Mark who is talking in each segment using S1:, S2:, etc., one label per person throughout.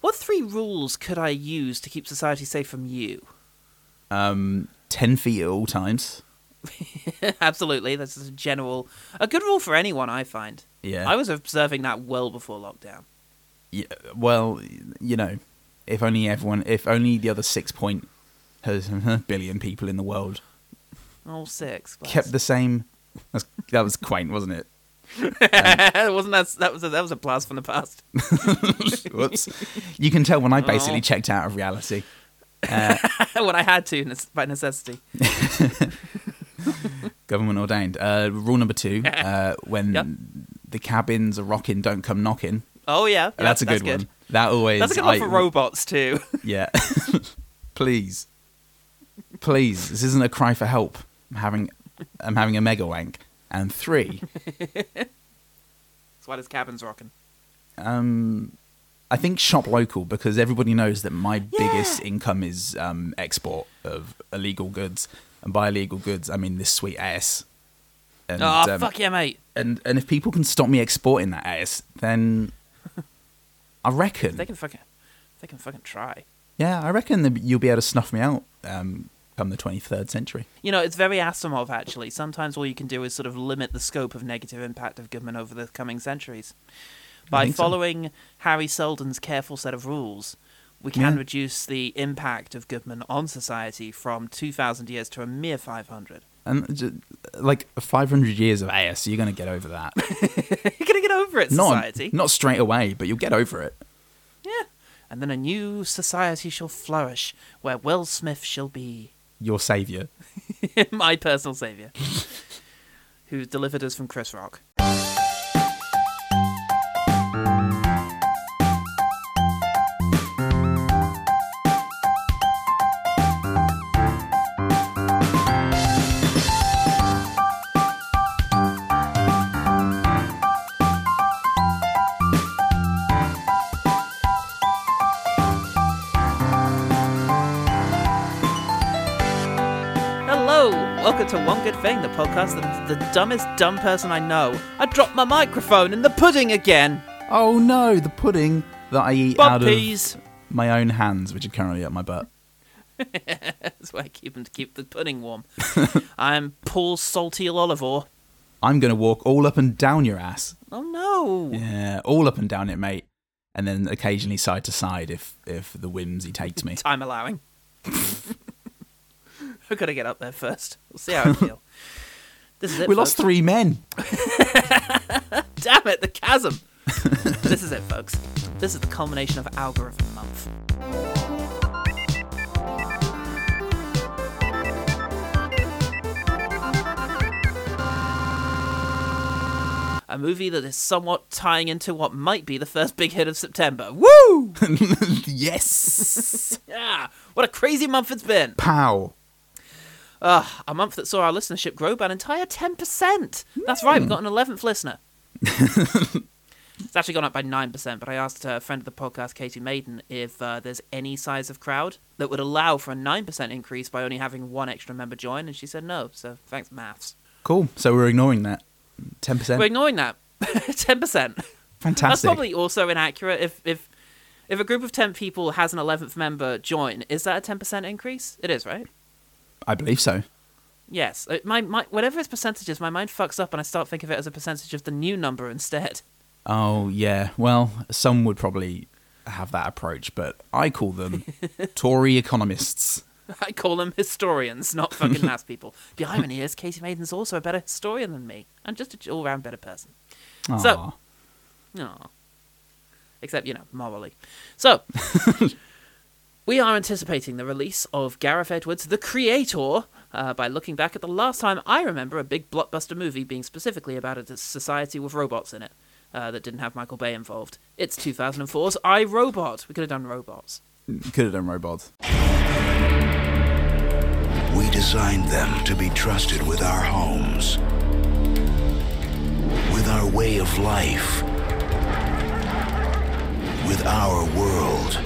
S1: What three rules could I use to keep society safe from you?
S2: Um, ten feet at all times.
S1: Absolutely, that's just a general, a good rule for anyone. I find.
S2: Yeah.
S1: I was observing that well before lockdown.
S2: Yeah, well, you know, if only everyone, if only the other six point has- billion people in the world
S1: All six. but-
S2: kept the same. That's, that was quaint, wasn't it?
S1: Wasn't that that was a, that was a blast from the past?
S2: Whoops. You can tell when I basically
S1: Oh.
S2: checked out of reality.
S1: when I had to nes- by necessity.
S2: Government ordained. Uh, rule number two: uh, when
S1: Yep.
S2: the cabins are rocking, don't come knocking.
S1: Oh yeah, yeah,
S2: that's a good, one. That always.
S1: That's a good one
S2: I-
S1: for robots too.
S2: Yeah. Please. Please. This isn't a cry for help. I'm having I'm having a mega wank. And three.
S1: that's why this cabin's rocking.
S2: Um I think shop local because everybody knows that my
S1: Yeah.
S2: biggest income is um, export of illegal goods. And by illegal goods I mean this sweet ass. And,
S1: oh
S2: um,
S1: fuck yeah, mate.
S2: and and if people can stop me exporting that ass, then I reckon
S1: They can fucking, they can fucking try.
S2: Yeah, I reckon that you'll be able to snuff me out um, come the twenty third century.
S1: You know, it's very Asimov actually. Sometimes all you can do is sort of limit the scope of negative impact of Goodman over the coming centuries. By
S2: think so.
S1: following Harry Seldon's careful set of rules, we can
S2: Yeah.
S1: reduce the impact of Goodman on society from 2,000 years to a mere 500.
S2: And ju- like 500 years of AS, you're going to get over that.
S1: You're going to get over it,
S2: not,
S1: society.
S2: not straight away, but you'll get over it.
S1: Yeah. And then a new society shall flourish where Will Smith shall be
S2: Your savior.
S1: my personal saviour, who delivered us from Chris Rock. Hello, welcome to One Good Thing, the podcast that's the dumbest dumb person I know. I dropped my microphone in the pudding again.
S2: Oh no, the pudding that I eat
S1: Bob
S2: out
S1: peas.
S2: of my own hands, which are currently up my butt.
S1: That's why I keep them to keep the pudding warm. I'm Paul Salty Olivore.
S2: I'm going to walk all up and down your ass.
S1: Oh no.
S2: Yeah, all up and down it, mate. And then occasionally side to side if, if the whimsy takes me.
S1: Time allowing. I've got to get up there first. We'll see how I feel. This is it.
S2: We lost
S1: folks.
S2: three men.
S1: Damn it, the chasm. this is it, folks. This is the culmination of Algorithm Month. A movie that is somewhat tying into what might be the first big hit of September. Woo!
S2: yes.
S1: yeah, what a crazy month it's been.
S2: Pow.
S1: Ugh, a month that saw our listenership grow by an entire 10%. That's right, we've got an 11th listener. it's actually gone up by 9%, but I asked uh, a friend of the podcast, Katie Maiden, if uh, there's any size of crowd that would allow for a 9% increase by only having one extra member join, and she said no, so thanks, maths.
S2: Cool. So we're ignoring that. 10%.
S1: We're ignoring that. 10%. That's
S2: Fantastic.
S1: probably also inaccurate. If, if, if a group of 10 people has an 11th member join, is that a 10% increase? It is, right?
S2: I believe so.
S1: Yes, Uh, my, my whatever its percentage is, my mind fucks up and I start thinking of it as a percentage of the new number instead.
S2: Oh yeah. Well, some would probably have that approach, but I call them Tory economists.
S1: I call them historians, not fucking maths people. The irony is, Katie Maiden's also a better historian than me. I'm just an all round better person. So-
S2: Aw.
S1: Aw. Except, you know, morally. So, we are anticipating the release of Gareth Edwards, the creator, uh, by looking back at the last time I remember a big blockbuster movie being specifically about a society with robots in it uh, that didn't have Michael Bay involved. It's 2004's I, Robot. We could have done robots.
S2: could have done robots.
S3: We designed them to be trusted with our homes, with our way of life, with our world.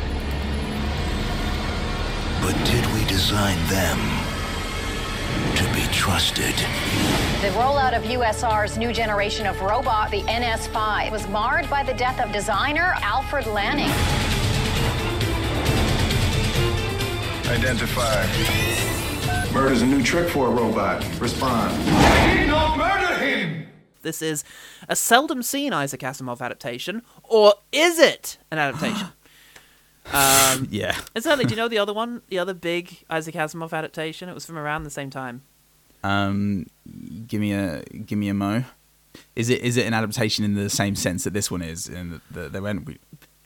S3: But did we design them to be trusted?
S4: The rollout of USR's new generation of robot, the NS5, was marred by the death of designer Alfred Lanning.
S5: Identify.
S6: Murder's a new trick for a robot. Respond.
S5: Did not murder him!
S1: This is a seldom seen Isaac Asimov adaptation, or is it an adaptation?
S2: Yeah.
S1: Incidentally, do you know the other one? The other big Isaac Asimov adaptation? It was from around the same time.
S2: Um, give me a give me a mo. Is it is it an adaptation in the same sense that this one is? In the, the, they went, we,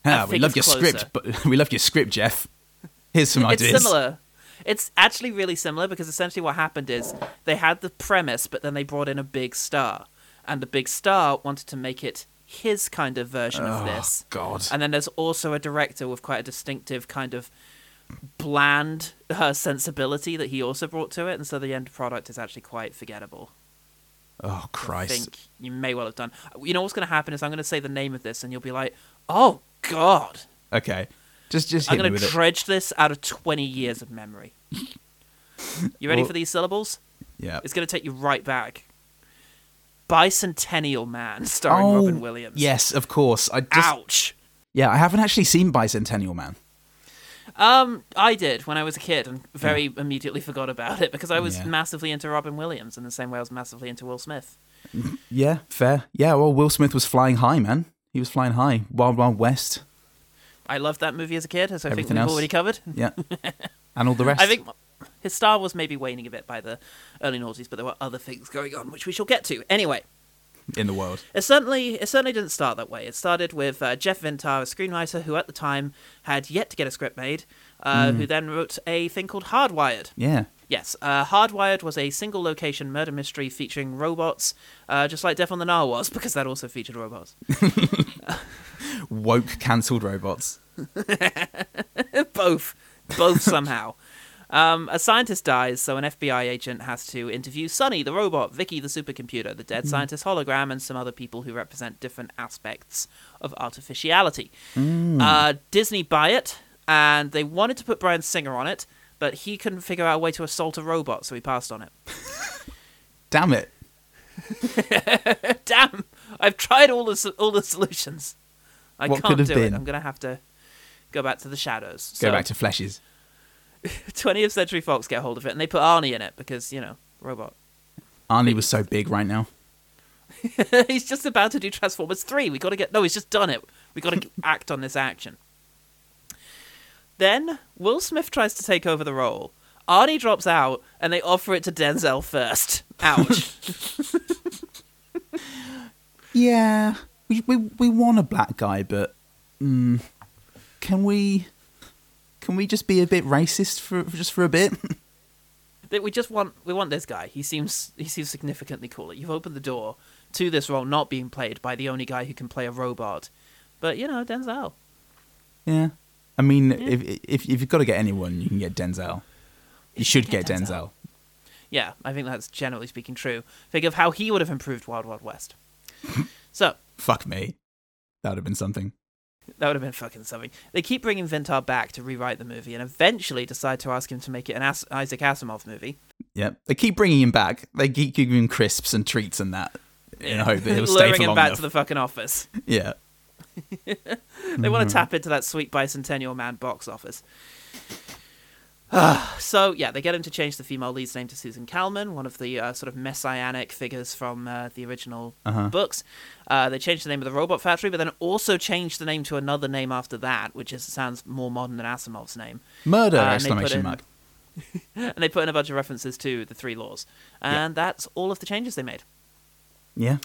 S2: ah, we
S1: think
S2: loved your
S1: it's
S2: script, but we loved your script, Jeff. Here's some
S1: It's
S2: ideas.
S1: similar. It's actually really similar because essentially what happened is they had the premise, but then they brought in a big star, and the big star wanted to make it his kind of version of this.
S2: Oh, God.
S1: And then there's also a director with quite a distinctive kind of bland uh, sensibility that he also brought to it, and so the end product is actually quite forgettable.
S2: Oh
S1: I
S2: Christ!
S1: think you may well have done. You know what's going to happen is I'm going to say the name of this, and you'll be like, "Oh God."
S2: Okay, just just
S1: I'm
S2: hit me
S1: going to
S2: with
S1: dredge this out of 20 years of memory. You ready
S2: Well-
S1: for these syllables?
S2: it. Yeah.
S1: It's going to take you right back. Bicentennial Man, starring Robin Williams.
S2: Yes, of course. I Oh, just
S1: Ouch.
S2: yeah, I haven't actually seen Bicentennial Man.
S1: Um, I did when I was a kid and very immediately forgot about it because I was
S2: Yeah.
S1: massively into Robin Williams in the same way I was massively into Will Smith.
S2: Yeah, fair. Yeah, well, Will Smith was flying high, man. He was flying high. Wild Wild West.
S1: I loved that movie as a kid, as I think
S2: Everything
S1: we've
S2: else?
S1: already covered.
S2: Yeah, and all the rest.
S1: I think his star was maybe waning a bit by the early noughties, but there were other things going on which we shall get to. Anyway,
S2: in the world.
S1: It certainly, it certainly didn't start that way. It started with uh, Jeff Vintar, a screenwriter who at the time had yet to get a script made, uh, who then wrote a thing called Hardwired.
S2: Yeah.
S1: Yes, uh, Hardwired was a single location murder mystery featuring robots, uh, just like Death on the Nile was, because that also featured robots.
S2: Woke cancelled robots.
S1: both, both somehow. Um, a scientist dies, so an FBI agent has to interview Sonny, the robot, Vicky, the supercomputer, the
S2: Hmm.
S1: dead scientist hologram, and some other people who represent different aspects of artificiality.
S2: Hmm.
S1: Uh, Disney buy it, and they wanted to put Brian Singer on it, but he couldn't figure out a way to assault a robot, so he passed on it.
S2: Damn it.
S1: Damn, I've tried all the so- all the solutions. I
S2: What
S1: can't
S2: could have
S1: do
S2: been?
S1: it. I'm gonna have to go back to the shadows.
S2: Go
S1: So-
S2: back to fleshes.
S1: 20th Century Fox get hold of it, and they put Arnie in it because you know robot.
S2: Arnie was so big right now.
S1: he's just about to do Transformers three. We got to get no. He's just done it. We got to act on this action. Then Will Smith tries to take over the role. Arnie drops out, and they offer it to Denzel first. Ouch.
S2: Yeah, we we we want a black guy, but mm, can we can we just be a bit racist for for- just for a bit?
S1: That we just want we want this guy. He seems he seems significantly cooler. You've opened the door to this role not being played by the only guy who can play a robot, but you know Denzel.
S2: yeah, I mean, if if if you've got to get anyone, you can get Denzel. You should get
S1: Denzel.
S2: Denzel.
S1: Yeah, I think that's generally speaking true. Think of how he would have improved Wild Wild West. so,
S2: Fuck me, that would have been something.
S1: that would have been fucking something. They keep bringing Vintar back to rewrite the movie and eventually decide to ask him to make it an As- Isaac Asimov movie.
S2: Yeah, they keep bringing him back. They keep giving him crisps and treats and that in the hope that he'll stay
S1: Luring
S2: for
S1: him
S2: long
S1: back
S2: enough.
S1: to the fucking office.
S2: yeah,
S1: They want to tap into that sweet bicentennial man box office. so yeah, they get him to change the female lead's name to Susan Kalman, one of the uh, sort of messianic figures from uh, the original books. Uh, they change the name of the robot factory, but then also change the name to another name after that, which is sounds more modern than Asimov's name.
S2: murder!
S1: Uh, and they put
S2: exclamation
S1: in-
S2: mark.
S1: And they put in a bunch of references to the three laws, and that's all of the changes they made.
S2: Yeah,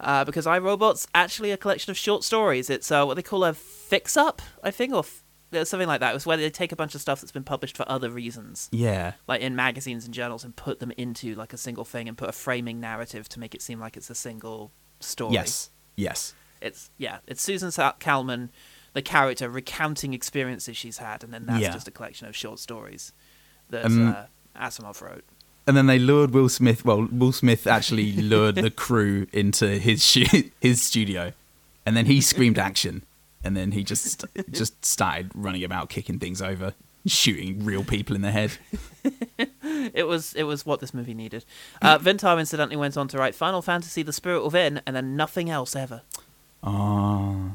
S1: uh, because iRobot's actually a collection of short stories. It's uh, what they call a fix up, I think, or f- uh, something like that. It's where they take a bunch of stuff that's been published for other reasons,
S2: yeah.
S1: like in magazines and journals, and put them into like a single thing and put a framing narrative to make it seem like it's a single story.
S2: Yes, yes.
S1: It's, yeah, it's Susan Sa- Kalman, the character, recounting experiences she's had, and then that's
S2: Yeah.
S1: just a collection of short stories that
S2: Um,
S1: uh, Asimov wrote.
S2: And then they lured Will Smith. Well, Will Smith actually lured the crew into his shoot, his studio, and then he screamed action, and then he just just started running about, kicking things over, shooting real people in the head.
S1: It was it was what this movie needed. Uh, Vintar incidentally went on to write Final Fantasy: The Spirit Within, and then nothing else ever.
S2: Oh,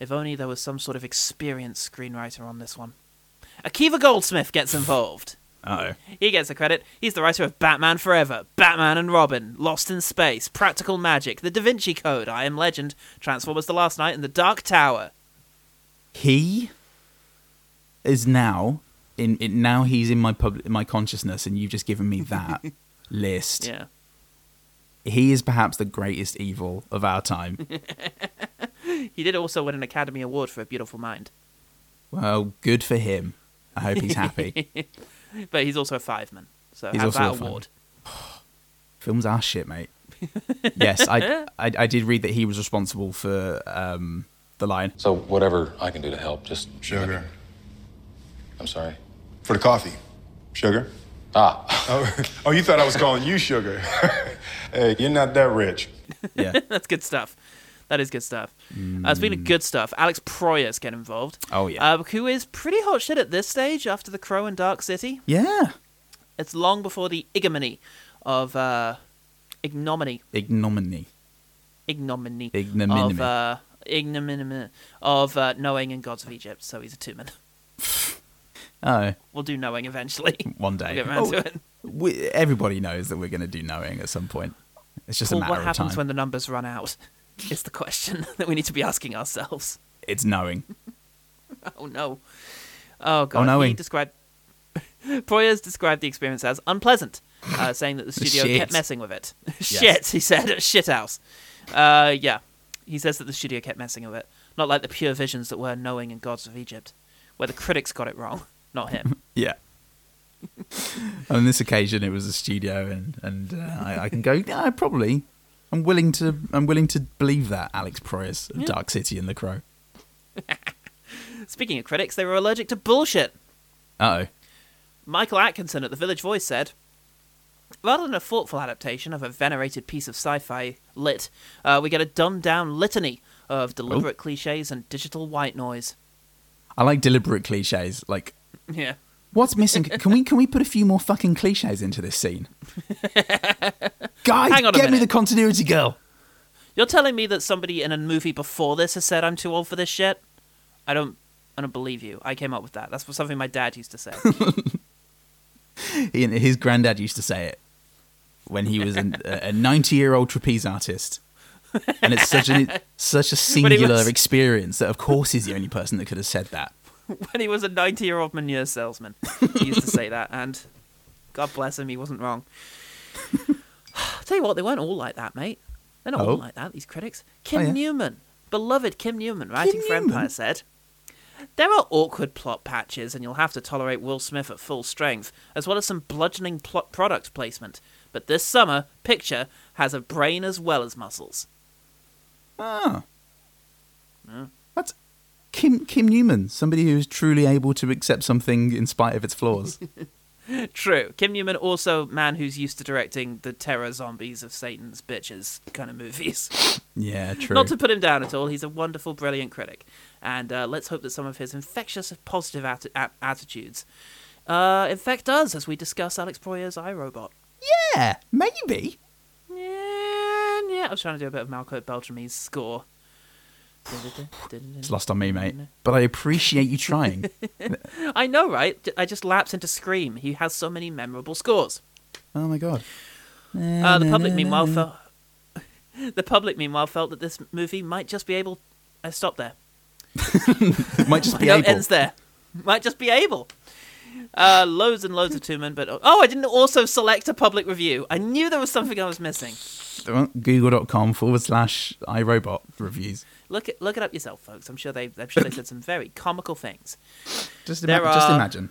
S1: If only there was some sort of experienced screenwriter on this one. Akiva Goldsmith gets involved.
S2: Oh,
S1: He gets the credit. He's the writer of Batman Forever, Batman and Robin, Lost in Space, Practical Magic, The Da Vinci Code, I Am Legend, Transformers The Last Night, and The Dark Tower.
S2: he is now in. in now he's in my pub, in my consciousness, and you've just given me that list.
S1: Yeah.
S2: He is perhaps the greatest evil of our time.
S1: He did also win an Academy Award for A Beautiful Mind,
S2: well, good for him. I hope he's happy.
S1: but he's also a five man. So
S2: He's
S1: have
S2: also a
S1: that
S2: fiveman.
S1: award.
S2: Films are shit, mate. yes, I, I I did read that he was responsible for um, the lion.
S7: So whatever I can do to help, just
S6: Sugar.
S7: I'm sorry.
S6: For the coffee. Sugar?
S7: Ah,
S6: Oh, oh, you thought I was calling you sugar. hey, you're not that rich.
S2: Yeah.
S1: That's good stuff. That is good stuff. Uh, speaking of good stuff, Alex Proyas get involved.
S2: Mm. Oh, yeah.
S1: uh, who is pretty hot shit at this stage after the Crow and Dark City.
S2: yeah.
S1: It's long before the ignominy of uh, ignominy,
S2: Ignominy.
S1: ignominy,
S2: Ignominy.
S1: of uh, ignominy of uh, knowing and gods of Egypt. So he's a two man.
S2: Oh,
S1: We'll do knowing eventually.
S2: one day.
S1: We'll get around
S2: Oh,
S1: to it.
S2: we, everybody knows that we're going to do knowing at some point. It's just
S1: Paul,
S2: a matter
S1: what
S2: of time.
S1: happens when the numbers run out? Is the question that we need to be asking ourselves.
S2: It's knowing.
S1: Oh no. Oh god.
S2: no,
S1: he
S2: Ian.
S1: described Poyers described the experience as unpleasant, uh, saying that the studio
S2: Shit.
S1: kept messing with it. Shit, he said. Shit house. Uh, yeah. He says that the studio kept messing with it. Not like the pure visions that were knowing and gods of Egypt, where the critics got it wrong, not him.
S2: Yeah. On this occasion, it was a studio, and and uh, I, I can go. Yeah, probably. I'm willing to. I'm willing to believe that Alex Proyas of Dark City and The Crow.
S1: Speaking of critics, they were allergic to bullshit.
S2: Uh oh.
S1: Michael Atkinson at the Village Voice said, Rather than a thoughtful adaptation of a venerated piece of sci fi lit, uh, we get a dumbed down litany of deliberate cliches and digital white noise.
S2: I like deliberate cliches. Like,
S1: Yeah.
S2: what's missing? Can we can we put a few more fucking cliches into this scene? Guys,
S1: Hang on a
S2: get me
S1: minute.
S2: the continuity girl.
S1: You're telling me that somebody in a movie before this has said I'm too old for this shit? I don't I don't believe you. I came up with that. That's what something my dad used to say.
S2: He and his granddad used to say it when he was an, a ninety-year-old trapeze artist, and it's such an such a singular
S1: was-
S2: experience that, of course, he's the only person that could have said that.
S1: when he was a 90 year old manure salesman. He used to say that, and God bless him, he wasn't wrong. Tell you what, they weren't all like that, mate. They're not
S2: Oh.
S1: all like that, these critics. Kim
S2: yeah.
S1: Newman, beloved Kim Newman, writing for Empire,
S2: Newman?
S1: said. There are awkward plot patches, and you'll have to tolerate Will Smith at full strength, as well as some bludgeoning plot product placement. But this summer, Picture has a brain as well as muscles.
S2: Ah. That's Kim Kim Newman, somebody who is truly able to accept something in spite of its flaws.
S1: True. Kim Newman also man who's used to directing the terror zombies of Satan's bitches kind of movies.
S2: yeah, true.
S1: Not to put him down at all. He's a wonderful, brilliant critic, and uh, let's hope that some of his infectious, positive atti- a- attitudes uh, infect us as we discuss Alex Proyer's iRobot.
S2: yeah, maybe.
S1: Yeah, yeah. I was trying to do a bit of Malco Beltramy's score.
S2: It's lost on me, mate. But I appreciate you trying.
S1: I know, right? J- I just lapse into scream. He has so many memorable scores.
S2: oh my god.
S1: Uh, the public, meanwhile, felt the public, meanwhile, felt that this movie might just be able. I stop there.
S2: It might just be
S1: No, it
S2: able.
S1: ends there. Might just be able. Uh, loads and loads of two men, but oh, I didn't also select a public review. I knew there was something I was missing.
S2: Google.com forward slash iRobot reviews.
S1: Look it, look it up yourself, folks. I'm sure they I'm sure they said some very comical things.
S2: Just,
S1: There
S2: ima- just
S1: are-
S2: imagine.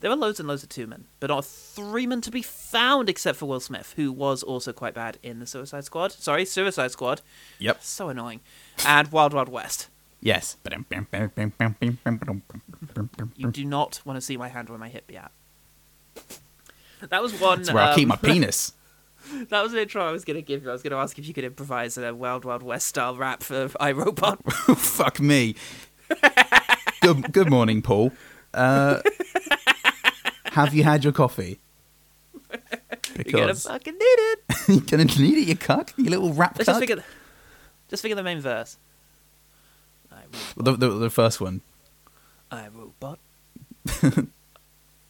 S1: There were loads and loads of two men, but not a three men to be found except for Will Smith, who was also quite bad in the Suicide Squad. Sorry, Suicide Squad.
S2: Yep.
S1: So annoying. And Wild Wild West.
S2: Yes.
S1: You do not want to see my hand where my hip be at. That was one.
S2: That's where I keep
S1: um,
S2: my penis.
S1: That was an intro I was going to give you. I was going to ask if you could improvise a Wild Wild West style rap for iRobot.
S2: Fuck me. good, good morning, Paul. Uh, have you had your coffee?
S1: You're going to
S2: Because
S1: fucking need it.
S2: you're gonna need it, you cuck, you little rap
S1: Let's just
S2: cuck.
S1: figure, the, just figure the main verse.
S2: The, the, the first one,
S1: iRobot, trying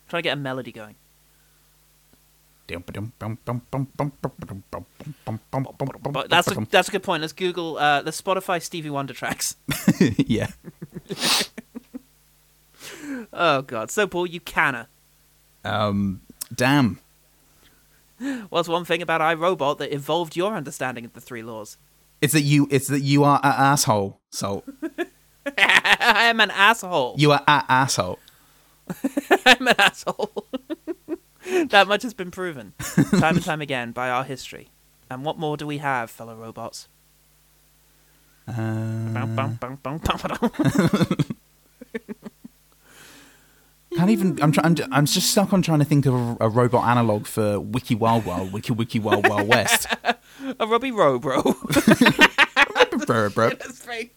S1: to get a melody going. But that's a, that's a good point. Let's Google uh, the Spotify Stevie Wonder tracks.
S2: yeah.
S1: Oh God! So Paul, you canna.
S2: Um, Damn.
S1: What's one thing about iRobot that evolved your understanding of the three laws?
S2: It's that you. It's that you are an asshole. So
S1: I am an asshole.
S2: you are an asshole.
S1: I'm an asshole. that much has been proven, time and time again, by our history. And what more do we have, fellow robots? Bum, bum, bum, bum, bum, ba-dum.
S2: Can't even. I'm. Try, I'm. ju- I'm just stuck on trying to think of a, a robot analog for Wiki Wild Wild, Wiki Wiki Wild Wild West.
S1: a Robbie Robro.
S2: Robot.
S1: That's very-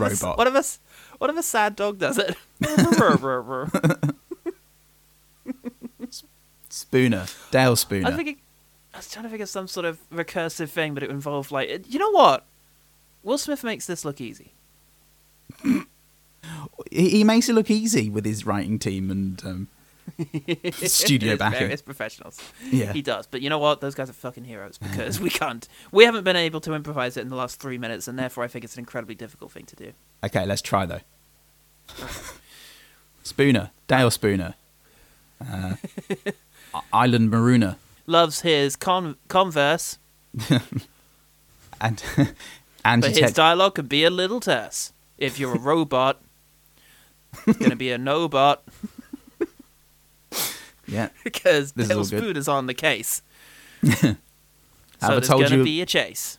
S1: What if a s- What if a s- what if a sad dog does it? I
S2: Spooner. Dale Spooner.
S1: was thinking, I was trying to think of some sort of recursive thing, but it involved like, it- you know what? Will Smith makes this look easy.
S2: he, he makes it look easy with his writing team and um, studio
S1: His
S2: backing.
S1: various professionals.
S2: Yeah.
S1: He does. But you know what? Those guys are fucking heroes because we can't. We haven't been able to improvise it in the last three minutes, and therefore I think it's an incredibly difficult thing to do.
S2: Okay, let's try though. Spooner. Dale Spooner. Uh, I- Island Maruna.
S1: Loves his con- converse,
S2: And Angie
S1: but his
S2: Tech.
S1: dialogue can be a little terse. If you're a robot, it's going to be a no-bot
S2: yeah.
S1: because
S2: This is
S1: Bill's
S2: all good.
S1: food is on the case. so
S2: Have I
S1: there's
S2: told
S1: going to
S2: you-
S1: be a chase.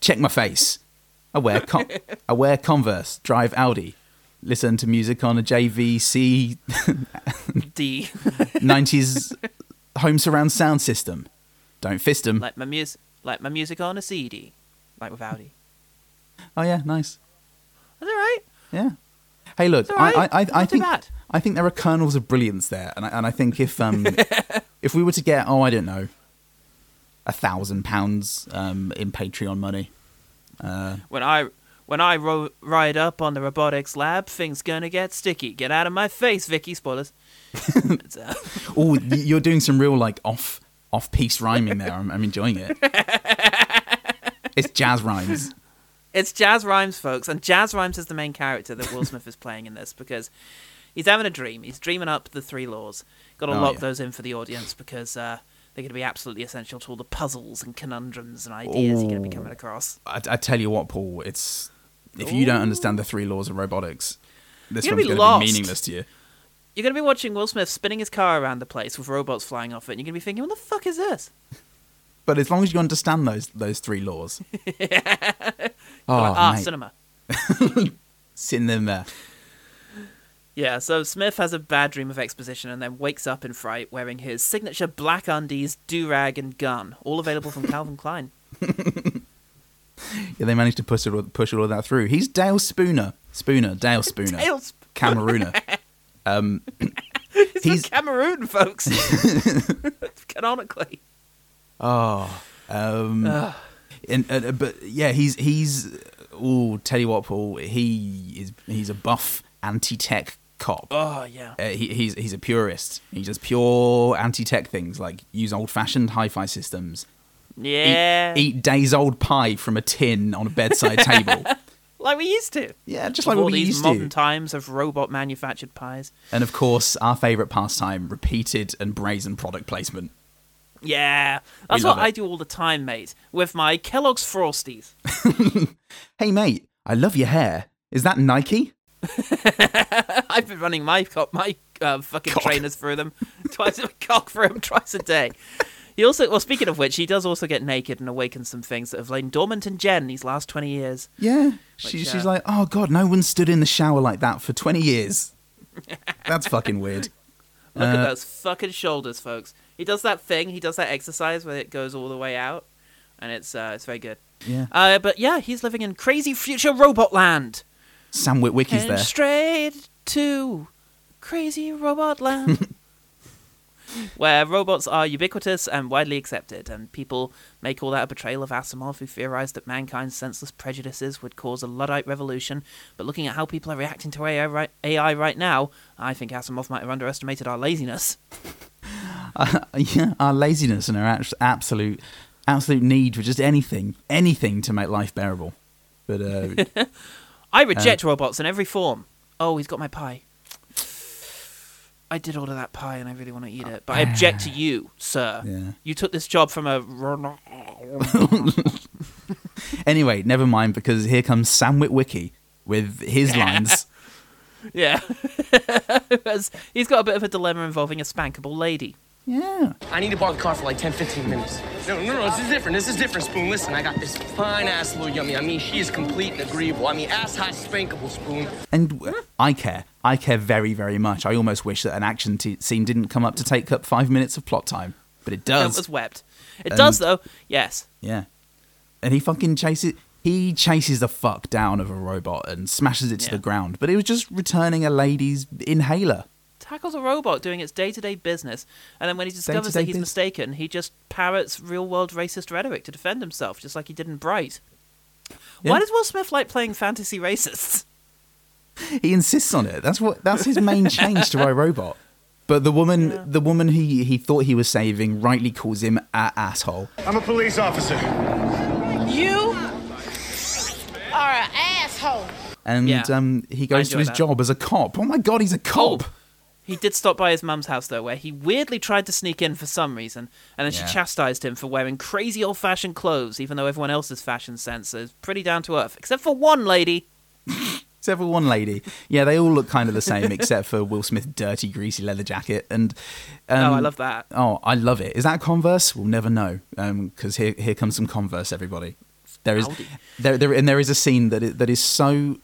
S2: Check my face. I wear con- I wear Converse. Drive Audi. Listen to music on a JVC
S1: D
S2: 90s home surround sound system. Don't fist them.
S1: like my music, like my music on a CD, like with Audi.
S2: oh yeah, nice.
S1: Is that right?
S2: Yeah. Hey, look,
S1: It's all right.
S2: I, I, I, I
S1: Not too
S2: think
S1: bad.
S2: I think there are kernels of brilliance there, and I, and I think if um if we were to get oh I don't know a thousand pounds um in Patreon money,
S1: When I when I ro- ride up on the robotics lab, things gonna get sticky. Get out of my face, Vicky. Spoilers. It's, uh,
S2: oh y- you're doing some real like off off piece rhyming there. I'm, I'm enjoying it. It's jazz rhymes.
S1: it's Jazz Rhymes, folks, and Jazz Rhymes is the main character that Will Smith is playing in this because he's having a dream. He's dreaming up the three laws. Got to
S2: Oh,
S1: lock
S2: yeah.
S1: those in for the audience because uh, they're gonna be absolutely essential to all the puzzles and conundrums and ideas you're gonna be
S2: Oh.
S1: coming across.
S2: I, I tell you what, Paul, it's if you don't understand the three laws of robotics, this
S1: You're
S2: one's
S1: gonna be
S2: going to
S1: lost.
S2: be meaningless to you.
S1: You're gonna be watching Will Smith spinning his car around the place with robots flying off it, and you're gonna be thinking, "What the fuck is this?"
S2: But as long as you understand those those three laws, oh,
S1: Like, ah,
S2: mate.
S1: cinema.
S2: sitting in there.
S1: Yeah, so Smith has a bad dream of exposition and then wakes up in fright wearing his signature black undies, do rag, and gun, all available from Calvin Klein.
S2: Yeah, they managed to push it all, push all of that through. He's Dale Spooner, Spooner, Dale Spooner,
S1: Dale Sp-
S2: Camerooner.
S1: It's
S2: He's-
S1: from Cameroon, folks! Canonically.
S2: And uh, but yeah, he's he's. Oh, tell you what, Paul. He is he's a buff anti-tech cop.
S1: Oh, yeah.
S2: Uh, he, he's he's a purist. He does pure anti-tech things like use old-fashioned hi-fi systems, eat-
S1: Yeah.
S2: eat, days-old pie from a tin on a bedside table.
S1: Like we used to.
S2: Yeah, just like
S1: all
S2: what we
S1: these
S2: used
S1: modern
S2: to.
S1: times of robot manufactured pies.
S2: and of course, our favorite pastime: repeated and brazen product placement.
S1: Yeah. That's what
S2: love it.
S1: I do all the time, mate, with my Kellogg's Frosties.
S2: Hey, mate, I love your hair. Is that Nike?
S1: I've been running my co- my uh, fucking
S2: Cock.
S1: trainers through them twice a cock through them twice a day. He also, well, speaking of which, he does also get naked and awaken some things that have lain dormant in Jen these last twenty years.
S2: Yeah. She,
S1: Like,
S2: she's
S1: uh,
S2: like, oh god, no one stood in the shower like that for twenty years. That's fucking weird.
S1: Look at those fucking shoulders, folks. He does that thing. He does that exercise where it goes all the way out, and it's uh, it's very good.
S2: Yeah.
S1: Uh, but yeah, he's living in crazy future robot land.
S2: Sam Witwicky's
S1: Heading
S2: there.
S1: straight to crazy robot land. where robots are ubiquitous and widely accepted, and people make all that a betrayal of Asimov, who theorized that mankind's senseless prejudices would cause a Luddite revolution. But looking at how people are reacting to AI right, AI right now, I think Asimov might have underestimated our laziness.
S2: yeah, our laziness and our abs- absolute absolute need for just anything, anything to make life bearable. But uh,
S1: I reject robots in every form. Oh, he's got my pie. I did order that pie and I really want to eat it, but I object to you, sir.
S2: Yeah.
S1: You took this job from a.
S2: anyway, never mind because here comes Sam Witwicky with his lines.
S1: Yeah. Because he's got a bit of a dilemma involving a spankable lady.
S2: Yeah.
S8: I need to borrow the car for like 10, 15 minutes. No, no, no, this is different. This is different, Spoon. Listen, I got this fine ass little yummy. I mean, she is complete and agreeable. I mean, ass high spankable, Spoon.
S2: And w- I care. I care very, very much. I almost wish that an action t- scene didn't come up to take up five minutes of plot time, but it
S1: That
S2: does.
S1: was wept. It does,
S2: and-
S1: though. Yes.
S2: Yeah. And he fucking chases. He chases the fuck down of a robot and smashes it to
S1: Yeah.
S2: the ground. But it was just returning a lady's inhaler.
S1: Tackles a robot doing its day to day business, and then when he discovers that
S2: Day-to-day
S1: he's
S2: bus-
S1: mistaken, he just parrots real world racist rhetoric to defend himself, just like he did in Bright.
S2: Yeah.
S1: Why does Will Smith like playing fantasy racists?
S2: He insists on it. That's what. That's his main change to iRobot. But the woman, the woman he he thought he was saving, rightly calls him a asshole.
S5: I'm a police officer.
S9: You are an asshole.
S2: And
S1: Yeah.
S2: um, he goes to
S1: enjoy
S2: his
S1: that.
S2: job as a cop. Oh my god, he's a cop.
S1: He did stop by his mum's house though, where he weirdly tried to sneak in for some reason, and then
S2: Yeah.
S1: she chastised him for wearing crazy old-fashioned clothes, even though everyone else's fashion sense is pretty down to earth, except for one lady.
S2: Except for one lady. Yeah, they all look kind of the same, except for Will Smith's dirty, greasy leather jacket. And um,
S1: oh, I love that.
S2: Oh, I love it. Is that Converse? We'll never know because here here comes some Converse. Everybody, there is
S1: Howdy.
S2: there, there and there is a scene that is, that is so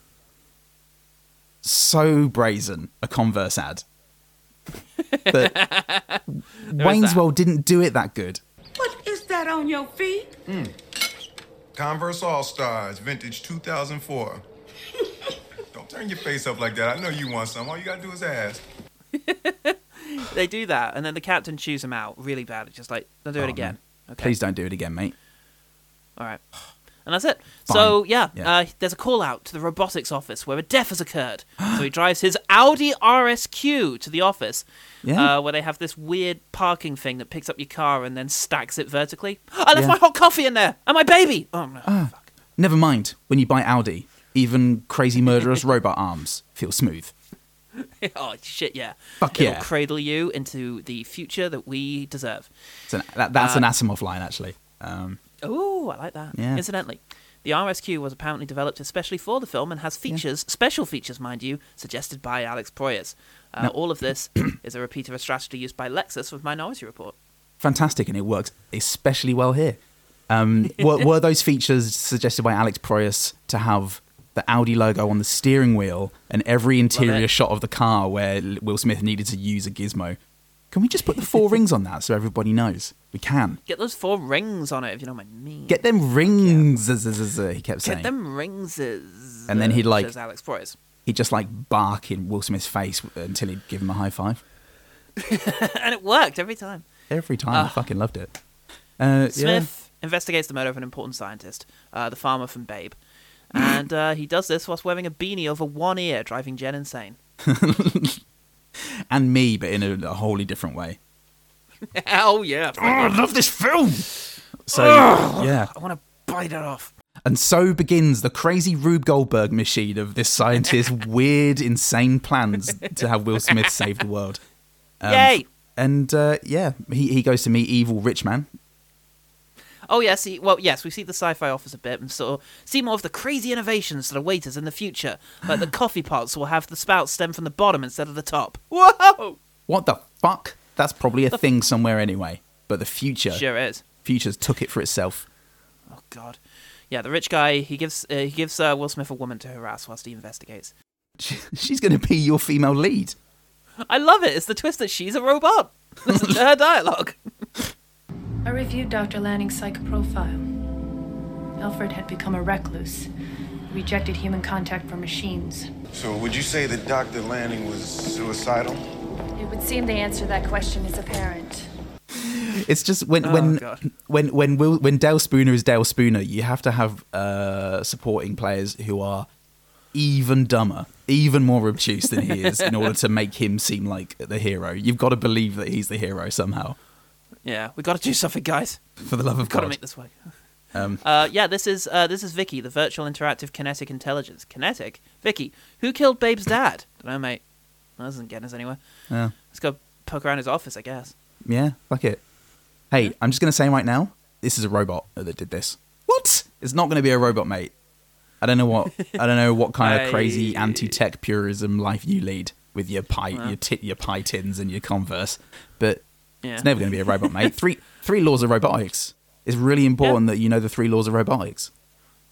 S2: so brazen a Converse ad. But Wayne's
S1: that.
S2: World didn't do it that good.
S9: What is that on your feet?
S6: Converse All Stars, vintage 2004. Don't turn your face up like that. I know you want some. All you gotta do is ask.
S1: They do that, and then the captain chews him out really bad. It's just like, they'll do it
S2: Oh,
S1: again. Okay.
S2: Please don't do it again, mate.
S1: All right. And that's it. So, yeah,
S2: Yeah.
S1: Uh, there's a call out to the robotics office where a death has occurred. so he drives his Audi RSQ to the office,
S2: Yeah.
S1: uh, where they have this weird parking thing that picks up your car and then stacks it vertically. I left
S2: Yeah. Ah.
S1: my hot coffee in there and my baby. Oh, no. Fuck.
S2: Never mind. When you buy Audi, even crazy murderous robot arms feel smooth.
S1: oh, shit, yeah.
S2: Fuck
S1: It'll
S2: yeah.
S1: cradle you into the future that we deserve.
S2: It's an, that, that's
S1: Uh,
S2: an Asimov line, actually. Um,
S1: Oh, I like that.
S2: Yeah.
S1: Incidentally, the RSQ was apparently developed especially for the film and has features, special features, mind you, suggested by Alex Proyas. Uh, All of this is a repeat of a strategy used by Lexus with Minority Report.
S2: fantastic and it works especially well here. Um, were, were those features suggested by Alex Proyas to have the Audi logo on the steering wheel and every interior
S1: it.
S2: shot of the car where L- Will Smith needed to use a gizmo? Can we just put the four rings on that so everybody knows? We can.
S1: Get those four rings on it, if you know what I mean.
S2: Get them rings, z- z- z- z- he kept saying.
S1: Get them ringses.
S2: And then he'd, like-
S1: Says Alex Proyas.
S2: He'd just like bark in Will Smith's face until he'd give him a high five.
S1: And it worked every time.
S2: Every time, I fucking loved it. Uh, yeah.
S1: Ah. Smith investigates the murder of an important scientist, uh, the farmer from Babe. And uh, he does this whilst wearing a beanie over one ear, driving Jen insane.
S2: And me, but in a, a wholly different way.
S1: Hell yeah.
S2: I love this film! So, yeah.
S1: I want to bite it off.
S2: And so begins the crazy Rube Goldberg machine of this scientist's weird, insane plans to have Will Smith save the world. Um,
S1: Yay!
S2: And uh, yeah, he, he goes to meet evil rich man.
S1: Oh yes, he, well yes, we see the sci-fi office a bit and sort of see more of the crazy innovations that await us in the future. Like the coffee pots will have the spout stem from the bottom instead of the top. Whoa!
S2: What the fuck? That's probably a thing somewhere anyway. But the future,
S1: Sure is.
S2: futures took it for itself.
S1: Oh god. Yeah, the rich guy he gives uh, he gives uh, Will Smith a woman to harass whilst he investigates.
S2: She's going to be your female lead.
S1: I love it. It's the twist that she's a robot. Listen to her dialogue.
S10: I reviewed Dr. Lanning's psychoprofile. Alfred had become a recluse, rejected human contact for machines.
S6: So would you say that Dr. Lanning was suicidal?
S10: It would seem the answer to that question is apparent.
S2: It's just when when
S1: Oh, God.
S2: when when Will, when Dale Spooner is Dale Spooner, you have to have uh, supporting players who are even dumber, even more obtuse than he is, in order to make him seem like the hero. You've got to believe that he's the hero somehow.
S1: Yeah, we got to do something, guys.
S2: For the love of
S1: Got to
S2: God, Um,
S1: make this work. uh, yeah, this is uh, this is Vicky, the virtual interactive kinetic intelligence. Kinetic, Vicky, who killed Babe's dad? Don't know, mate. That doesn't get us anywhere.
S2: Yeah.
S1: Let's go poke around his office, I guess.
S2: yeah, fuck it. Hey, I'm just gonna say right now, this is a robot that did this. What? It's not gonna be a robot, mate. I don't know what I don't know what kind of crazy
S1: I-
S2: anti-tech purism life you lead with your pie your tit your pie tins and your Converse, but
S1: Yeah.
S2: It's never going to be a robot, mate. Three three laws of robotics. It's really important that you know the three laws of robotics.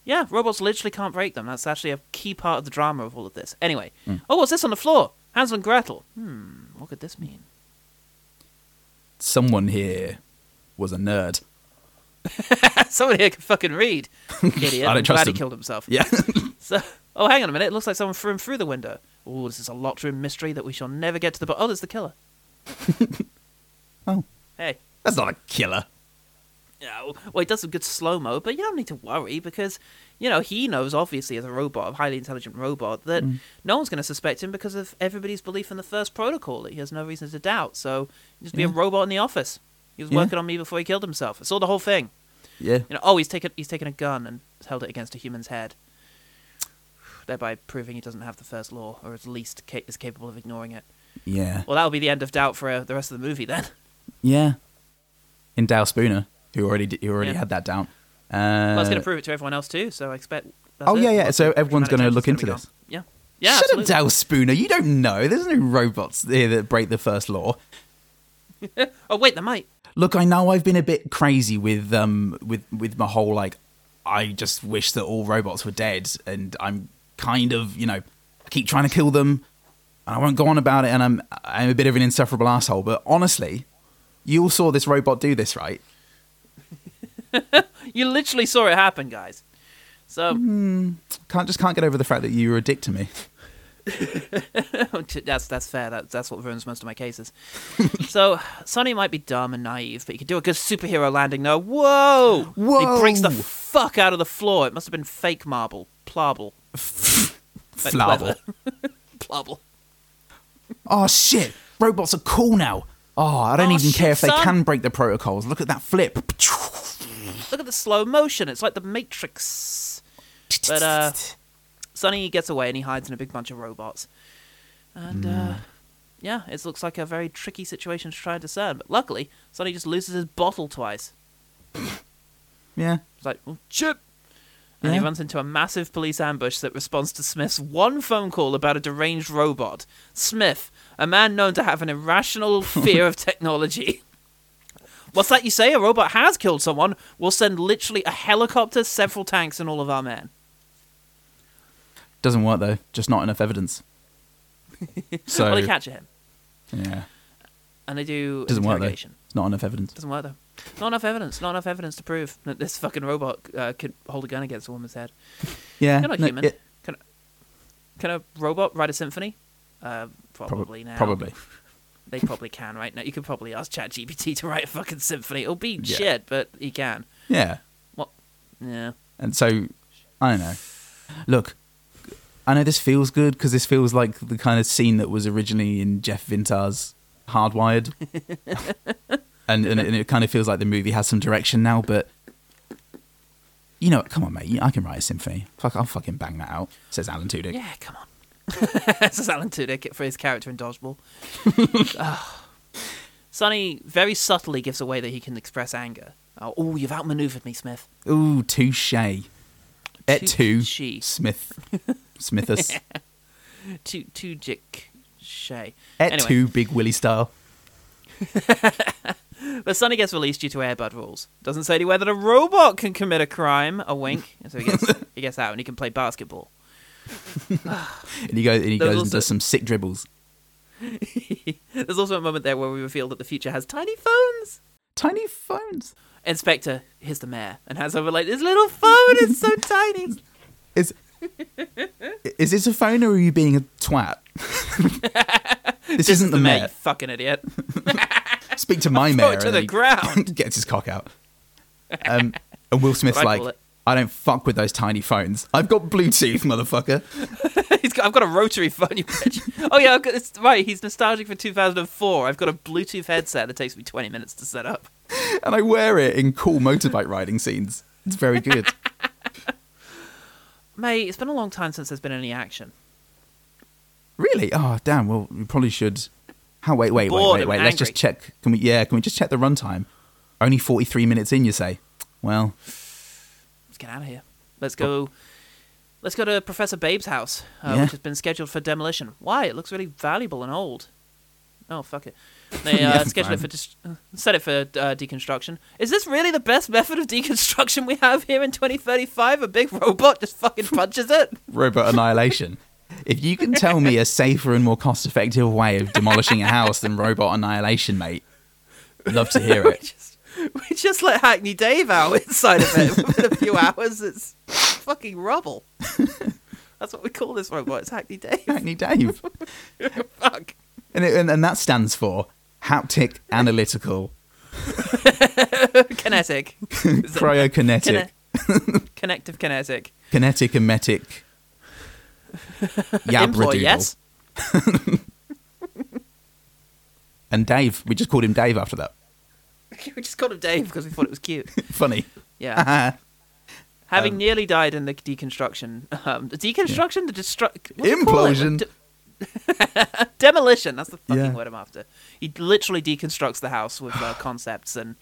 S1: Yeah, robots literally can't break them. That's actually a key part of the drama of all of this. Anyway,
S2: Hmm.
S1: oh, what's this on the floor? Hansel and Gretel. Hmm, what could this mean?
S2: Someone here was a nerd.
S1: someone here can fucking read. Idiot.
S2: I don't
S1: I'm
S2: trust
S1: glad
S2: him.
S1: he killed himself.
S2: Yeah.
S1: So, oh, hang on a minute. It looks like someone threw him through the window. Oh, this is a locked room mystery that we shall never get to the bottom. Oh, there's the killer.
S2: Oh.
S1: Hey.
S2: That's not a killer.
S1: Oh, well, he does some good slow mo, but you don't need to worry because, you know, he knows, obviously, as a robot, a highly intelligent robot, that
S2: Mm.
S1: no one's going to suspect him because of everybody's belief in the first protocol that he has no reason to doubt. So, he'd just be a robot in the office. He was
S2: Yeah.
S1: working on me before he killed himself. I saw the whole thing.
S2: Yeah.
S1: You know, oh, he's taken he's taken a gun and held it against a human's head, thereby proving he doesn't have the first law, or at least ca- is capable of ignoring it.
S2: Yeah.
S1: Well, that'll be the end of doubt for uh, the rest of the movie then.
S2: Yeah. In Dow Spooner, who already did, who already
S1: Yeah.
S2: had that down. Uh,
S1: well, it's going to prove it to everyone else too, so I expect. That's
S2: Oh,
S1: it.
S2: yeah, yeah,
S1: Lots
S2: so
S1: of
S2: everyone's
S1: dramatic
S2: gonna
S1: tension's
S2: look
S1: gonna be gone.
S2: into this.
S1: Yeah, yeah.
S2: Shut
S1: absolutely.
S2: up, Dow Spooner. You don't know. There's no robots here that break the first law.
S1: Oh wait, there might.
S2: look, I know I've been a bit crazy with um with with my whole like I just wish that all robots were dead and I'm kind of, you know, I keep trying to kill them and I won't go on about it and I'm I'm a bit of an insufferable asshole, but honestly, you all saw this robot do this, right?
S1: You literally saw it happen, guys. So
S2: Can't just can't get over the fact that you were a dick to me.
S1: Oh, that's that's fair. That, that's what ruins most of my cases. so Sonny might be dumb and naive, but he could do a good superhero landing though. Whoa!
S2: Whoa!
S1: He breaks the fuck out of the floor. It must have been fake marble, plable, But
S2: Flavel.
S1: clever. plable.
S2: Oh shit! Robots are cool now. Oh, I don't
S1: Oh,
S2: even
S1: shit,
S2: care if they
S1: son.
S2: can break the protocols. Look at that flip.
S1: Look at the slow motion. It's like the Matrix. But uh, Sonny gets away and he hides in a big bunch of robots. And uh, yeah, it looks like a very tricky situation to try and discern. But luckily, Sonny just loses his bottle twice.
S2: Yeah.
S1: It's like, oh, chip. And he
S2: Yeah.
S1: runs into a massive police ambush that responds to Smith's one phone call about a deranged robot. Smith, a man known to have an irrational fear of technology. What's that you say? A robot has killed someone. We'll send literally a helicopter, several tanks, and all of our men.
S2: Doesn't work though. Just not enough evidence. So
S1: Well, they capture him.
S2: yeah,
S1: And they do
S2: Oh. doesn't work though.
S1: interrogation.
S2: It's not enough evidence.
S1: Doesn't work though. Not enough evidence. Not enough evidence to prove that this fucking robot uh, could hold a gun against a woman's head.
S2: Yeah,
S1: You're not
S2: no,
S1: human.
S2: it-
S1: Can, can a robot write a symphony? Uh, probably now.
S2: Probably.
S1: They probably can right now. You could probably ask ChatGPT to write a fucking symphony. It'll be
S2: Yeah.
S1: shit, but he can.
S2: Yeah,
S1: What? Yeah.
S2: and so I don't know. Look, I know this feels good because this feels like the kind of scene that was originally in Jeff Vintar's Hardwired, and and, and it kind of feels like the movie has some direction now. But you know, come on, mate, I can write a symphony. Fuck, I'll fucking bang that out. Says Alan Tudyk.
S1: Yeah, come on. this is Alan Tudyk for his character in Dodgeball. Ah. Sonny very subtly gives away that he can express anger. Oh, ooh, you've outmaneuvered me, Smith.
S2: Ooh, touche. Et tu,
S1: Touche.
S2: Smith, Smithus.
S1: Tu- Tudyk Shay.
S2: Et
S1: Anyway.
S2: tu, Big Willie style.
S1: But Sonny gets released due to airbud rules. Doesn't say anywhere that a robot can commit a crime. A wink. And so he gets he gets out and he can play basketball.
S2: And he goes and he
S1: There was
S2: goes and
S1: also-
S2: does some sick dribbles.
S1: There's also a moment there where we reveal that the future has tiny phones.
S2: Tiny phones.
S1: Inspector here's the mayor and has over like this little phone. It's so tiny.
S2: Is is this a phone or are you being a twat? This, isn't the,
S1: mayor,
S2: mayor.
S1: you fucking idiot.
S2: Speak to my
S1: Throw
S2: mayor.
S1: it to
S2: and
S1: the
S2: he
S1: ground.
S2: gets his cock out. Um, and Will Smith's
S1: What I
S2: like,
S1: call it.
S2: I don't fuck with those tiny phones. I've got Bluetooth, motherfucker.
S1: He's got, I've got a rotary phone, you bitch. Oh yeah, I've got, it's right. He's nostalgic for 2004. I've got a Bluetooth headset that takes me 20 minutes to set up.
S2: And I wear it in cool motorbike riding scenes. It's very good.
S1: Mate, it's been a long time since there's been any action.
S2: Really? Oh, damn. Well, we probably should. How? Wait, wait, wait,
S1: Bored
S2: wait,
S1: and
S2: wait. Let's
S1: angry.
S2: just check. Can we? Yeah, can we just check the runtime? Only forty-three minutes in, you say? Well,
S1: Let's get out of here. Let's go. Let's go to Professor Babe's house, uh,
S2: Yeah.
S1: which has been scheduled for demolition. Why? It looks really valuable and old. Oh fuck it. They uh,
S2: Yeah,
S1: scheduled it
S2: fine.
S1: for dis- uh, set it for uh, deconstruction. Is this really the best method of deconstruction we have here in 2035? A big robot just fucking punches it.
S2: robot annihilation. If you can tell me a safer and more cost-effective way of demolishing a house than robot annihilation, mate, love to hear it.
S1: We just let Hackney Dave out inside of it within a few hours. It's fucking rubble. That's what we call this robot. It's Hackney Dave.
S2: Hackney Dave.
S1: Fuck.
S2: And, it, and, and that stands for haptic, analytical,
S1: Kinetic.
S2: cryokinetic,
S1: Kine- connective kinetic.
S2: kinetic, emetic,
S1: Employ,
S2: yabradoodle.
S1: yes.
S2: And Dave, we just called him Dave after that.
S1: We just called him Dave because we thought it was cute.
S2: Funny. Ah,
S1: Yeah. Having
S2: Um,
S1: nearly died in the deconstruction, um, the deconstruction, the destruct, what do you call it?
S2: Implosion.
S1: De- demolition. That's the fucking
S2: Yeah.
S1: word I'm after. He literally deconstructs the house with uh, concepts and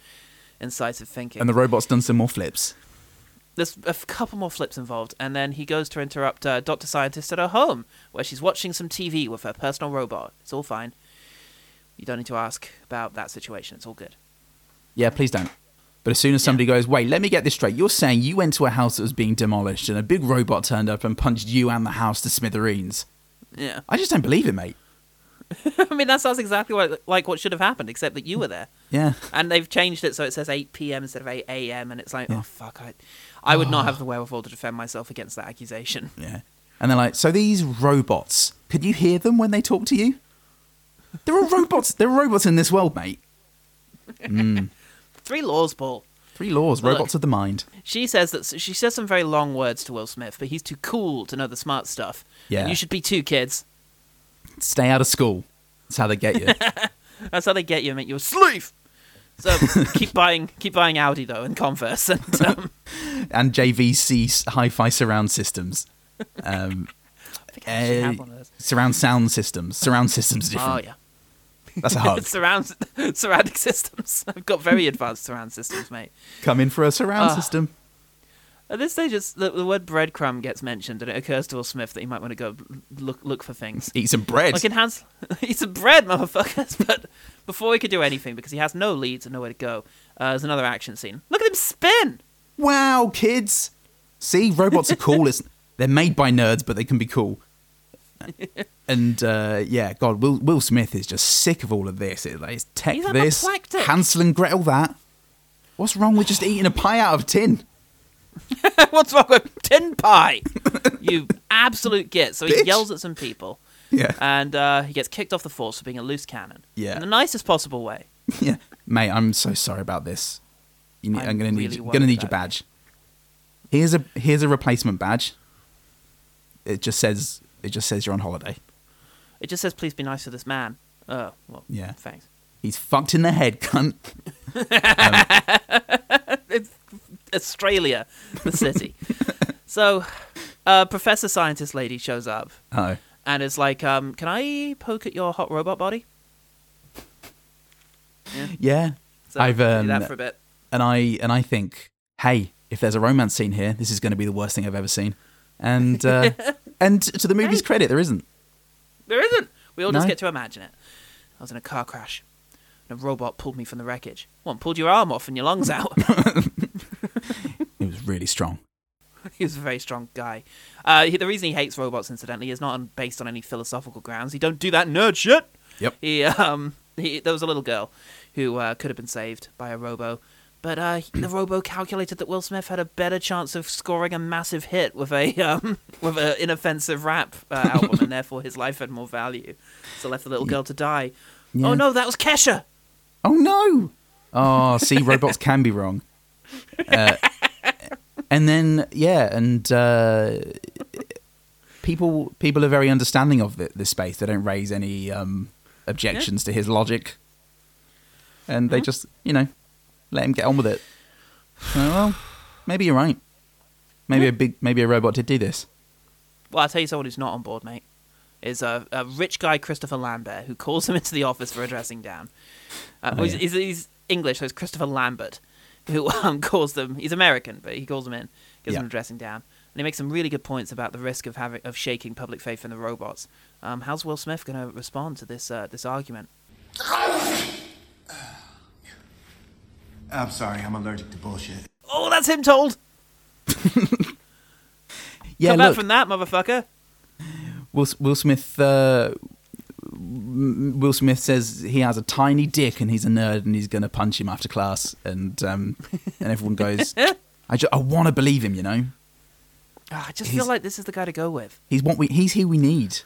S1: incisive thinking.
S2: and the robot's done some more flips.
S1: There's a f- couple more flips involved, and then he goes to interrupt uh, Doctor Scientist at her home, where she's watching some TV with her personal robot. It's all fine. You don't need to ask about that situation. It's all good.
S2: Yeah, please don't. But as soon as somebody goes, wait, let me get this straight. You're saying you went to a house that was being demolished and a big robot turned up and punched you and the house to smithereens.
S1: Yeah.
S2: I just don't believe it, mate.
S1: I mean, that sounds exactly what, like what should have happened, except that you were there.
S2: Yeah.
S1: And they've changed it so it says 8 p.m. instead of 8 a.m. And it's like, oh fuck, I, I would not have the wherewithal to defend myself against that accusation.
S2: Yeah. And they're like, so these robots, could you hear them when they talk to you? There are robots. There are robots in this world, mate.
S1: Three laws, Paul.
S2: Three laws,
S1: Look.
S2: robots of the mind.
S1: She says that she says some very long words to Will Smith, but he's too cool to know the smart stuff.
S2: Yeah.
S1: And you should be too, kids.
S2: Stay out of school. That's how they get you.
S1: That's how they get you and make you a slave. So keep buying, keep buying Audi though, and Converse, and um,
S2: and JVC hi-fi surround systems. Um,
S1: I actually
S2: uh,
S1: have one of those.
S2: surround sound systems. Surround systems are different.
S1: oh yeah,
S2: That's a hug.
S1: surround surrounding systems. I've got very advanced surround systems, mate.
S2: Come in for a surround
S1: Ah.
S2: system.
S1: At this stage, it's, the, the word breadcrumb gets mentioned, and it occurs to Will Smith that he might want to go look look for things.
S2: Eat some bread.
S1: Like in Hans, eat some bread, motherfuckers. But before he could do anything, because he has no leads and nowhere to go, uh, there's another action scene. Look at him spin.
S2: wow, kids. See, robots are cool. It's, they're made by nerds, but they can be cool. And uh, yeah, God, Will, Will Smith is just sick of all of this. It, like, it's tech
S1: He's
S2: this,
S1: apoplectic.
S2: Hansel and Gretel that. What's wrong with just eating a pie out of a tin?
S1: What's wrong with tin pie? You absolute git. So he
S2: Bitch.
S1: yells at some people,
S2: Yeah,
S1: and uh, he gets kicked off the force for being a loose cannon.
S2: Yeah.
S1: In the nicest possible way.
S2: yeah, mate, I'm so sorry about this. You need, I'm,
S1: I'm
S2: gonna need
S1: really
S2: you-
S1: worried
S2: gonna need your
S1: about
S2: badge. Here's a here's a replacement badge. It just says it just says you're on holiday.
S1: It just says, please be nice to this man. Oh, well,
S2: Yeah.
S1: thanks.
S2: He's fucked in the head, cunt.
S1: Australia, the city. so, uh, Professor Scientist Lady shows up
S2: Oh.
S1: and is like, um, "Can I poke at your hot robot body?"
S2: Yeah.
S1: So
S2: I've, um,
S1: do that for a bit.
S2: And I and I think, hey, if there's a romance scene here, this is going to be the worst thing I've ever seen. And uh, and to the movie's credit, there isn't.
S1: There isn't. We all just
S2: No.
S1: get to imagine it. I was in a car crash, and a robot pulled me from the wreckage. One pulled your arm off and your lungs out.
S2: It was really strong.
S1: he was a very strong guy. Uh, he, the reason he hates robots, incidentally, is not on, based on any philosophical grounds. He don't do that nerd shit.
S2: Yep.
S1: He um he there was a little girl who uh, could have been saved by a robo, But uh, the robo calculated that Will Smith had a better chance of scoring a massive hit with a um, with an inoffensive rap uh, album, and therefore his life had more value. So left the little girl to die. Oh no, that was Kesha.
S2: Oh no! Oh, see, robots can be wrong. Uh, and then yeah, and uh, people people are very understanding of th this space. They don't raise any um, objections to his logic, and
S1: Hmm?
S2: they just you know let him get on with it. Oh, well, maybe you're right.
S1: Hmm?
S2: Maybe a big maybe a robot did do this.
S1: Well, I'll tell you someone who's not on board, mate, is a, a rich guy, Christopher Lambert, who calls him into the office for a dressing down. Uh, well, he's,
S2: Oh, yeah.
S1: he's, he's English, so it's Christopher Lambert who um, calls them. He's American, but he calls them in, gives
S2: Yeah.
S1: them a dressing down. And he makes some really good points about the risk of having of shaking public faith in the robots. Um, how's Will Smith going to respond to this uh, this argument?
S5: I'm sorry, I'm allergic to bullshit.
S1: Oh, that's him told.
S2: Yeah,
S1: Come
S2: look,
S1: back from that, motherfucker.
S2: Will, Will Smith. Uh, M- Will Smith says he has a tiny dick and he's a nerd and he's going to punch him after class, and um, and everyone goes, "I, ju- I want to believe him," you know.
S1: Ah, I just
S2: He's-
S1: feel like this is the guy to go with.
S2: He's what we he's who we need.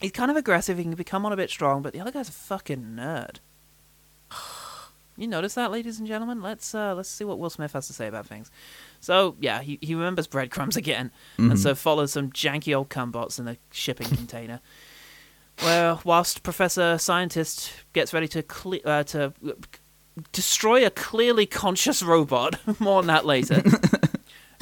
S1: He's kind of aggressive. He can become on a bit strong, but the other guy's a fucking nerd. You notice that, ladies and gentlemen? Let's uh, let's see what Will Smith has to say about things. So yeah, he, he remembers breadcrumbs again, and so follows some janky old cumbots in a shipping container. Where whilst Professor Scientist gets ready to cle- uh, to uh, destroy a clearly conscious robot, more on that later.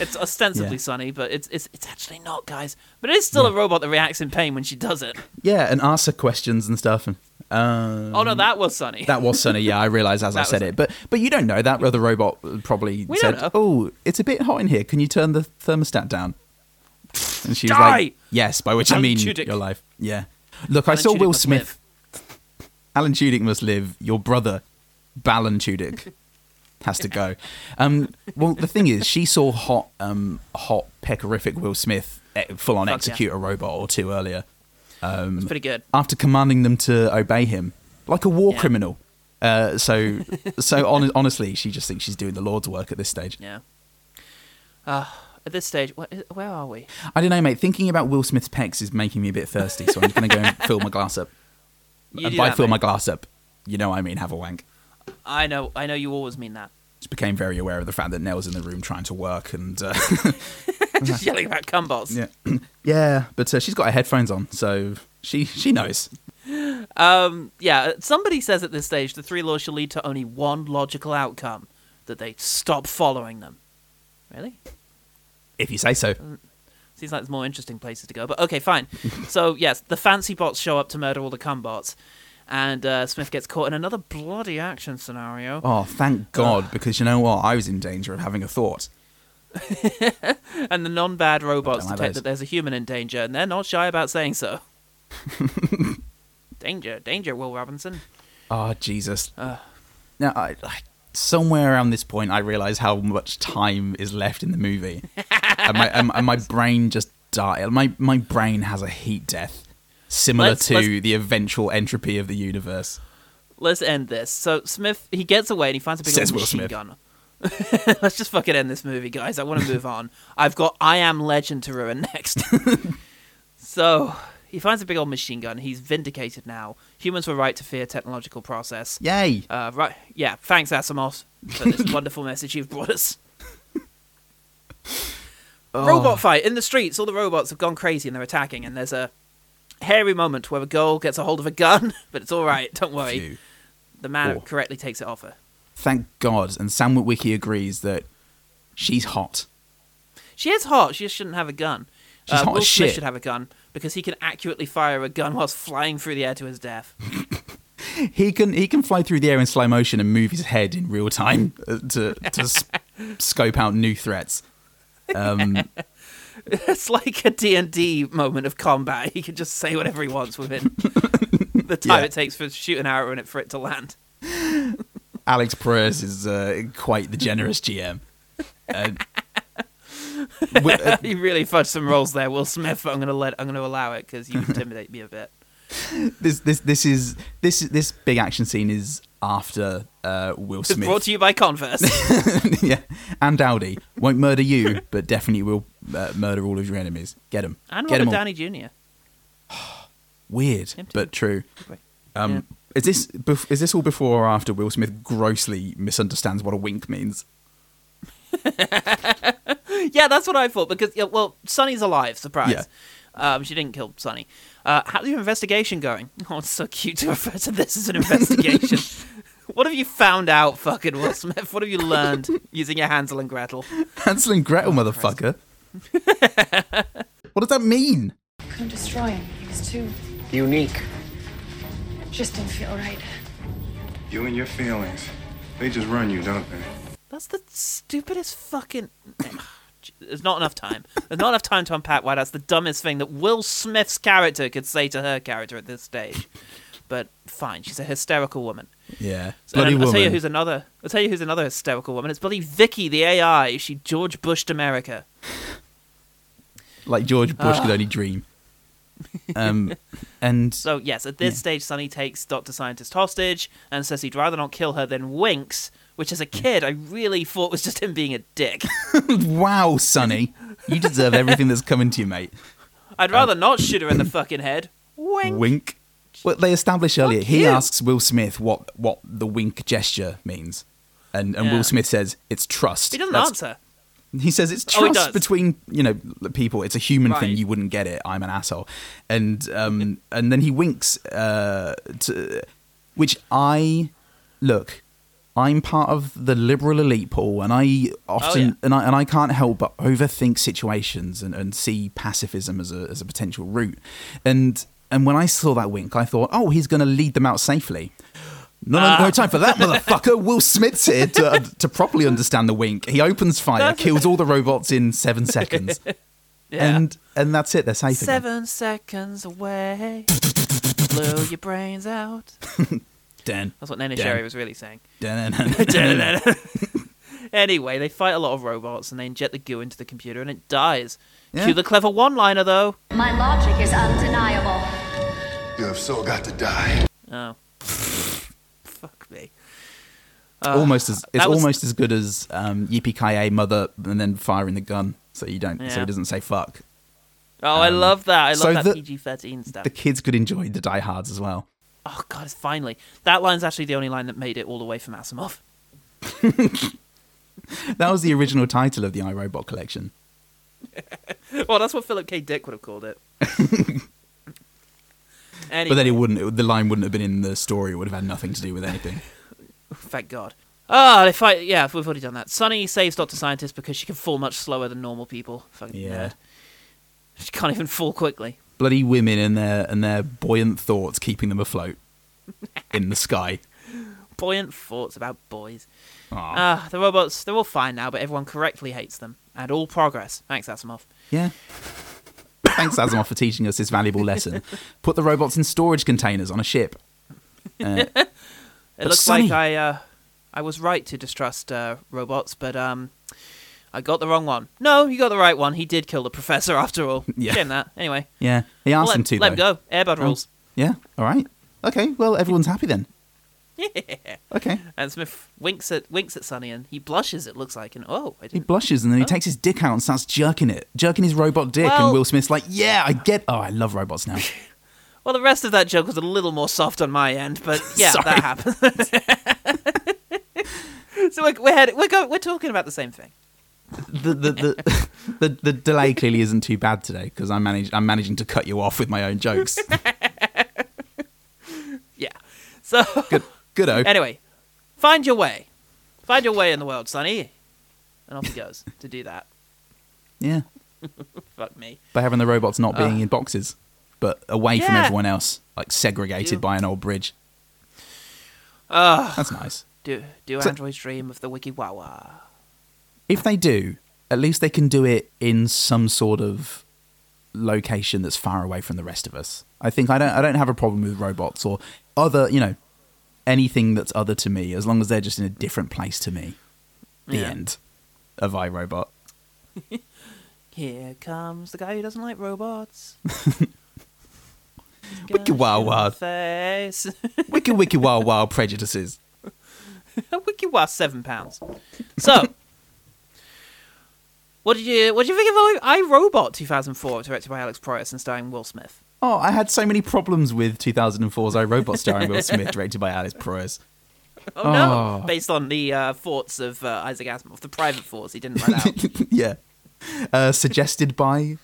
S1: it's ostensibly
S2: Yeah.
S1: Sunny, but it's it's it's actually not, guys. But it is still a robot that reacts in pain when she does it.
S2: Yeah, and ask her questions and stuff. And um,
S1: Oh no, that was Sunny.
S2: that was Sonny. Yeah, I realised as I
S1: That
S2: said
S1: was
S2: it, but but you don't know that other robot probably
S1: We don't
S2: said,
S1: know.
S2: "Oh, it's a bit hot in here. Can you turn the thermostat down?" And she was
S1: Die!
S2: like, "Yes," by which I
S1: Alan
S2: mean
S1: Tudyk.
S2: your life. Yeah. Look, I
S1: Alan
S2: saw
S1: Tudyk
S2: Will
S1: must
S2: Smith. Alan Tudyk must live. Your brother, Balan Tudyk, has to go. Um, well, the thing is, she saw hot, um, hot, peckerific Will Smith full on
S1: Fuck yeah.
S2: execute a robot or two earlier
S1: It's pretty good.
S2: after commanding them to obey him like a war
S1: Yeah.
S2: criminal. Uh, so, so hon- honestly, she just thinks she's doing the Lord's work at this stage.
S1: Yeah. Uh, at this stage, wh- is- where are we?
S2: I don't know, mate. Thinking about Will Smith's pecs is making me a bit thirsty, so I'm just going to go and fill my glass up.
S1: You
S2: and
S1: do
S2: by
S1: that,
S2: fill
S1: mate.
S2: my glass up, you know what I mean. Have a wank.
S1: I know, I know. You always mean that.
S2: Just became very aware of the fact that Nell's in the room trying to work, and uh,
S1: Just yelling about cumbots.
S2: yeah, yeah. But uh, she's got her headphones on, so she she knows.
S1: yeah. uh, Somebody says at this stage the three laws shall lead to only one logical outcome: that they stop following them. Really?
S2: If you say so.
S1: Mm. Seems like there's more interesting places to go, but okay, fine. so yes, the fancy bots show up to murder all the cumbots, and uh, Smith gets caught in another bloody action scenario.
S2: Oh, thank God, because you know what? I was in danger of having a thought.
S1: And the non-bad robots
S2: Don't like
S1: detect
S2: those.
S1: that there's a human in danger, and they're not shy about saying so. danger, danger, Will Robinson.
S2: Oh Jesus!
S1: Ah.
S2: now, I, I, somewhere around this point, I realize how much time is left in the movie, and my and, and my brain just died. My my brain has a heat death similar
S1: Let's-
S2: to
S1: let's-
S2: the eventual entropy of the universe.
S1: Let's end this. So Smith, he gets away and he finds a big
S2: Says
S1: old
S2: Will
S1: machine
S2: Smith.
S1: gun. Let's just fucking end this movie, guys. I want to move on. I've got I Am Legend to ruin next. so he finds a big old machine gun. He's vindicated now. Humans were right to fear technological process.
S2: Yay!
S1: Uh, right. Yeah. Thanks, Asimov, for this wonderful message you've brought us.
S2: Oh.
S1: Robot fight in the streets. All the robots have gone crazy and they're attacking. And there's a hairy moment where a girl gets a hold of a gun, but it's all right. Don't worry.
S2: Phew.
S1: The man
S2: Oh.
S1: correctly takes it off her.
S2: Thank God, and Sam Witwicky agrees that she's hot.
S1: She is hot. She just shouldn't have a gun.
S2: She's hot
S1: Will
S2: as
S1: Smith
S2: shit.
S1: should have a gun because he can accurately fire a gun whilst flying through the air to his death.
S2: He can he can fly through the air in slow motion and move his head in real time uh, to to s- scope out new threats.
S1: it's like a D&D moment of combat. He can just say whatever he wants within the time
S2: Yeah.
S1: it takes for shoot an arrow in it for it to land.
S2: Alex Perez is uh, quite the generous GM. Uh, wi- uh,
S1: You really fudged some rolls there, Will Smith. but I'm gonna let I'm gonna allow it because you intimidate me a bit.
S2: this this this is this this big action scene is after uh, Will Smith.
S1: Brought to you by Converse.
S2: yeah, and Dowdy won't murder you, but definitely will uh, murder all of your enemies. Get him.
S1: and
S2: Get
S1: Robert
S2: 'em all.
S1: Downey Jr.
S2: Weird, but true. Um,
S1: Yeah.
S2: Is this bef- is this all before or after Will Smith grossly misunderstands what a wink means?
S1: Yeah, that's what I thought because yeah, well, Sonny's alive. Surprise.
S2: Yeah.
S1: Um, she didn't kill Sonny. Uh, how's your investigation going? Oh, it's so cute to refer to this as an investigation. what have you found out, fucking Will Smith? What have you learned using your Hansel and Gretel?
S2: Hansel and Gretel,
S1: Oh,
S2: motherfucker. what does that mean?
S10: Couldn't destroy him. He was too.
S8: Unique.
S10: Just didn't feel right.
S6: You and your feelings. They just run you, don't they?
S1: That's the stupidest fucking. There's not enough time. There's not enough time to unpack why that's the dumbest thing that Will Smith's character could say to her character at this stage. But fine, she's a hysterical woman.
S2: Yeah,
S1: And
S2: bloody
S1: I'll
S2: woman.
S1: tell you who's another. I'll tell you who's another hysterical woman. It's bloody Vicky, the AI. She George Bushed America.
S2: like George Bush
S1: Ah.
S2: could only dream. Um, and
S1: So yes, at this
S2: Yeah.
S1: stage, Sonny takes Doctor Scientist hostage and says he'd rather not kill her than winks, which as a kid I really thought was just him being a dick.
S2: wow, Sonny, you deserve everything that's coming to you, mate.
S1: I'd rather not shoot her in the fucking head. Wink.
S2: Wink. Well, they established earlier. He
S1: you.
S2: asks Will Smith what what the wink gesture means, and and
S1: Yeah.
S2: Will Smith says it's trust.
S1: He doesn't
S2: That's-
S1: answer.
S2: He says it's
S1: Oh, he does.
S2: trust between you know people. It's a human thing.
S1: Right.
S2: You wouldn't get it. I'm an asshole, and um and then he winks uh to, which I look. I'm part of the liberal elite, Paul, and I often
S1: Oh, yeah.
S2: and I and I can't help but overthink situations and, and see pacifism as a as a potential route. And and when I saw that wink, I thought, oh, he's going to lead them out safely. No, no,
S1: Ah.
S2: no time for that, motherfucker. Will Smith's here to, uh, to properly understand the wink. He opens fire, kills all the robots in seven seconds,
S1: Yeah.
S2: and and that's it. They're safe again.
S1: Seven seconds away. Blow your brains out.
S2: Dun,
S1: That's what Nana
S2: dun,
S1: Sherry was really saying.
S2: dun, dun, dun, dun, dun.
S1: Anyway, they fight a lot of robots and they inject the goo into the computer and it dies.
S2: Yeah.
S1: Cue the clever one liner though.
S4: My logic is undeniable.
S3: You have so got to die.
S1: Oh. Fuck me.
S2: almost as it's
S1: that was-
S2: almost as good as um, Yippee Ki mother, and then firing the gun. So you don't. So
S1: Yeah.
S2: he doesn't say fuck.
S1: Oh, I love that. I love
S2: Um, so
S1: that
S2: the-
S1: PG 13 stuff.
S2: The kids could enjoy the Die Hards as well.
S1: Oh, God, it's finally. That line's actually the only line that made it all the way from Asimov.
S2: That was the original title of the iRobot collection.
S1: Well, that's what Philip K. Dick would have called it. anyway,
S2: But then it wouldn't. It, the line wouldn't have been in the story. It would have had nothing to do with anything.
S1: Thank God. Ah, they fight. Yeah, we've already done that. Sunny saves Doctor Scientist because she can fall much slower than normal people. Fucking
S2: Yeah.
S1: nerd. She can't even fall quickly.
S2: bloody women and their and their buoyant thoughts keeping them afloat in the sky.
S1: Buoyant thoughts about boys.
S2: Aw.
S1: Ah, the robots, they're all fine now, but everyone correctly hates them. And all progress. Thanks, Asimov.
S2: yeah. Thanks, Asimov, for teaching us this valuable lesson. Put the robots in storage containers on a ship. Uh,
S1: It
S2: But
S1: looks
S2: Sonny-
S1: like I, uh, I was right to distrust uh, robots, but um, I got the wrong one. No, you got the right one. He did kill the professor after all.
S2: Yeah.
S1: Shame that. Anyway,
S2: yeah, he asked
S1: let,
S2: them to.
S1: let him
S2: though.
S1: go. Airbud rules.
S2: Yeah. All right. Okay. Well, everyone's happy then.
S1: Yeah.
S2: Okay.
S1: And Smith winks at winks at Sonny, and he blushes. It looks like, and oh, I
S2: He
S1: didn't.
S2: blushes and then he takes his dick out and starts jerking it, jerking his robot dick.
S1: Well-
S2: and Will Smith's like, "Yeah, I get. Oh, I love robots now."
S1: Well, the rest of that joke was a little more soft on my end, but yeah,
S2: Sorry.
S1: that happened. so we're we're, headed, we're, go, we're talking about the same thing.
S2: the the the, the, the delay clearly isn't too bad today because I'm manage, I'm managing to cut you off with my own jokes.
S1: Yeah. So
S2: Good. Good.
S1: anyway, find your way, find your way in the world, Sonny, and off he goes to do that.
S2: Yeah.
S1: Fuck me.
S2: By having the robots not being in boxes, but away from
S1: Ah. Yeah.
S2: everyone else, like segregated
S1: Yeah. Ah.
S2: by an old bridge. That's nice.
S1: Do do
S2: So-
S1: androids dream of the Wiki Wawa?
S2: If they do, at least they can do it in some sort of location that's far away from the rest of us. I think I don't I don't have a problem with robots or other, you know, anything that's other to me as long as they're just in a different place to me. The
S1: Yeah.
S2: end of iRobot.
S1: Here comes the guy who doesn't like robots.
S2: Wiki Wawa.
S1: Face.
S2: Wiki wiki wow wow prejudices.
S1: A wiki was seven pounds. So, what did you what did you think of I, Robot 2004, directed by Alex Proyas and starring Will Smith?
S2: Oh, I had so many problems with 2004's I Robot starring Will Smith, directed by Alice Proyas.
S1: Oh, no! Based on the uh, thoughts of uh, Isaac Asimov, the private thoughts he didn't write out.
S2: yeah. Uh, suggested by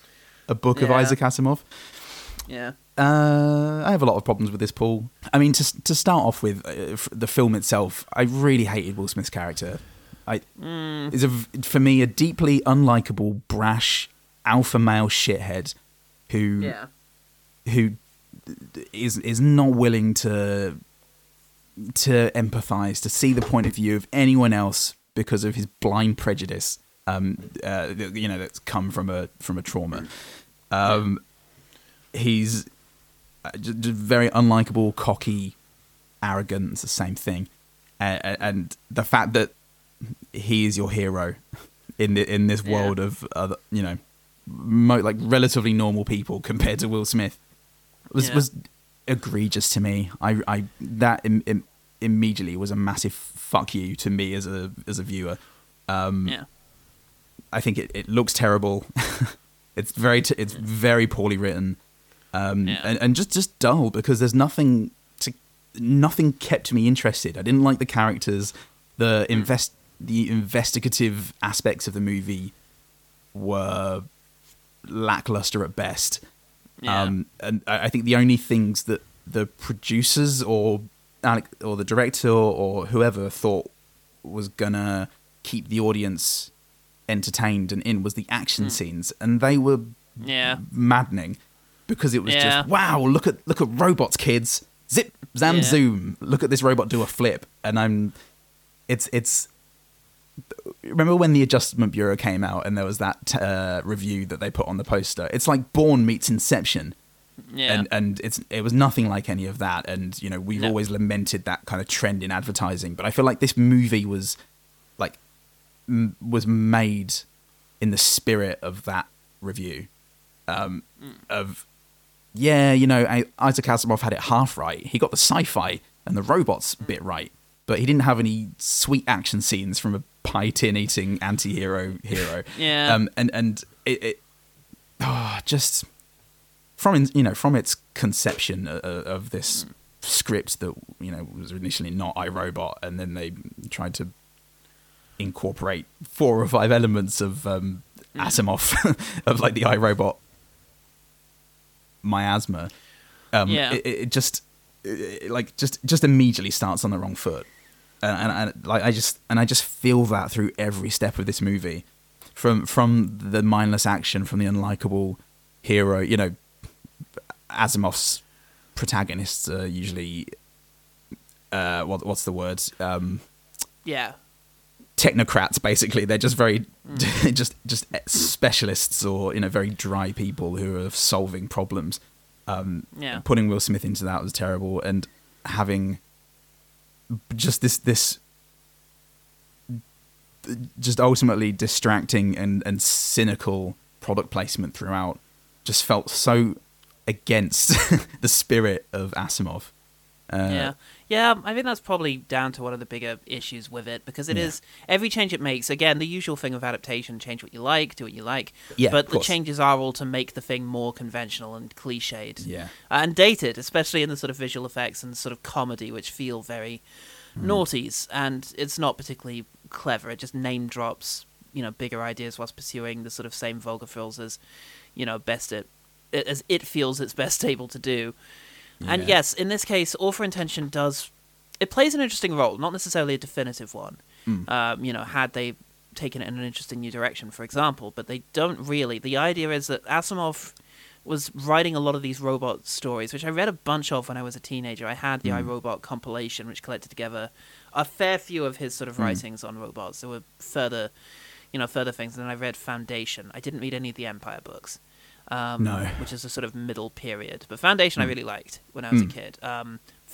S2: a book of
S1: Yeah.
S2: Isaac Asimov.
S1: yeah.
S2: Uh, I have a lot of problems with this, Paul. I mean, to to start off with uh, f- the film itself, I really hated Will Smith's character. I
S1: Mm.
S2: is a v- for me a deeply unlikable, brash, alpha male shithead who
S1: Yeah.
S2: who is is not willing to to empathize to see the point of view of anyone else because of his blind prejudice um uh, that, you know that's come from a from a trauma um he's uh, ju- just very unlikable cocky arrogant it's the same thing and, and the fact that he is your hero in the, in this
S1: Yeah.
S2: world of other you know mo- like relatively normal people compared to Will Smith was
S1: Yeah.
S2: was egregious to me. I I that Im, im- immediately was a massive fuck you to me as a as a viewer.
S1: yeah.
S2: I think it, it looks terrible. it's very t- it's very poorly written um,
S1: Yeah.
S2: and, and just just dull because there's nothing to nothing kept me interested. I didn't like the characters. The
S1: Hmm.
S2: invest the investigative aspects of the movie were lackluster at best.
S1: Yeah.
S2: Um, and I I think the only things that the producers or Alec or the director or whoever thought was gonna keep the audience entertained and in was the action
S1: Hmm.
S2: scenes, and they were uh,
S1: Yeah.
S2: maddening because it was
S1: Yeah.
S2: just wow look at look at robots kids zip zam
S1: Yeah.
S2: zoom look at this robot do a flip and i'm it's it's remember when the adjustment bureau came out and there was that uh, review that they put on the poster it's like born meets inception
S1: Yeah.
S2: and and it's it was nothing like any of that and you know we've
S1: No.
S2: always lamented that kind of trend in advertising but i feel like this movie was like m- was made in the spirit of that review um of yeah you know I- isaac asimov had it half right he got the sci-fi and the robots bit right but he didn't have any sweet action scenes from a pie tin eating anti-hero hero
S1: Yeah.
S2: um and and it, it oh, just from in- you know from its conception of, of this script that you know was initially not iRobot, and then they tried to incorporate four or five elements of um, Asimov of like the iRobot miasma. Um,
S1: Yeah.
S2: it, it just it, it, like just just immediately starts on the wrong foot, and, and, and like I just and I just feel that through every step of this movie, from from the mindless action, from the unlikable hero. You know, Asimov's protagonists are usually uh, what what's the word? Um,
S1: yeah.
S2: technocrats basically they're just very just just specialists or you know very dry people who are solving problems
S1: Yeah.
S2: putting will smith into that was terrible and having just this this just ultimately distracting and and cynical product placement throughout just felt so against the spirit of asimov Uh,
S1: yeah yeah i think that's probably down to one of the bigger issues with it because it is every change it makes again the usual thing of adaptation change what you like do what you like
S2: Yeah,
S1: but
S2: of
S1: the
S2: course.
S1: changes are all to make the thing more conventional and cliched
S2: Yeah.
S1: and dated especially in the sort of visual effects and sort of comedy which feel very
S2: Hmm.
S1: naughties and it's not particularly clever it just name drops you know bigger ideas whilst pursuing the sort of same vulgar frills as you know best it as it feels it's best able to do and
S2: Yeah.
S1: yes, in this case, All for Intention does it plays an interesting role, not necessarily a definitive one. Um, you know, had they taken it in an interesting new direction, for example, but they don't really. The idea is that Asimov was writing a lot of these robot stories, which I read a bunch of when I was a teenager. I had the iRobot compilation, which collected together a fair few of his sort of writings on robots. There were further, you know, further things, and then I read Foundation. I didn't read any of the Empire books um,
S2: No.
S1: which is a sort of middle period. But Foundation, I really liked when I was a kid. Um,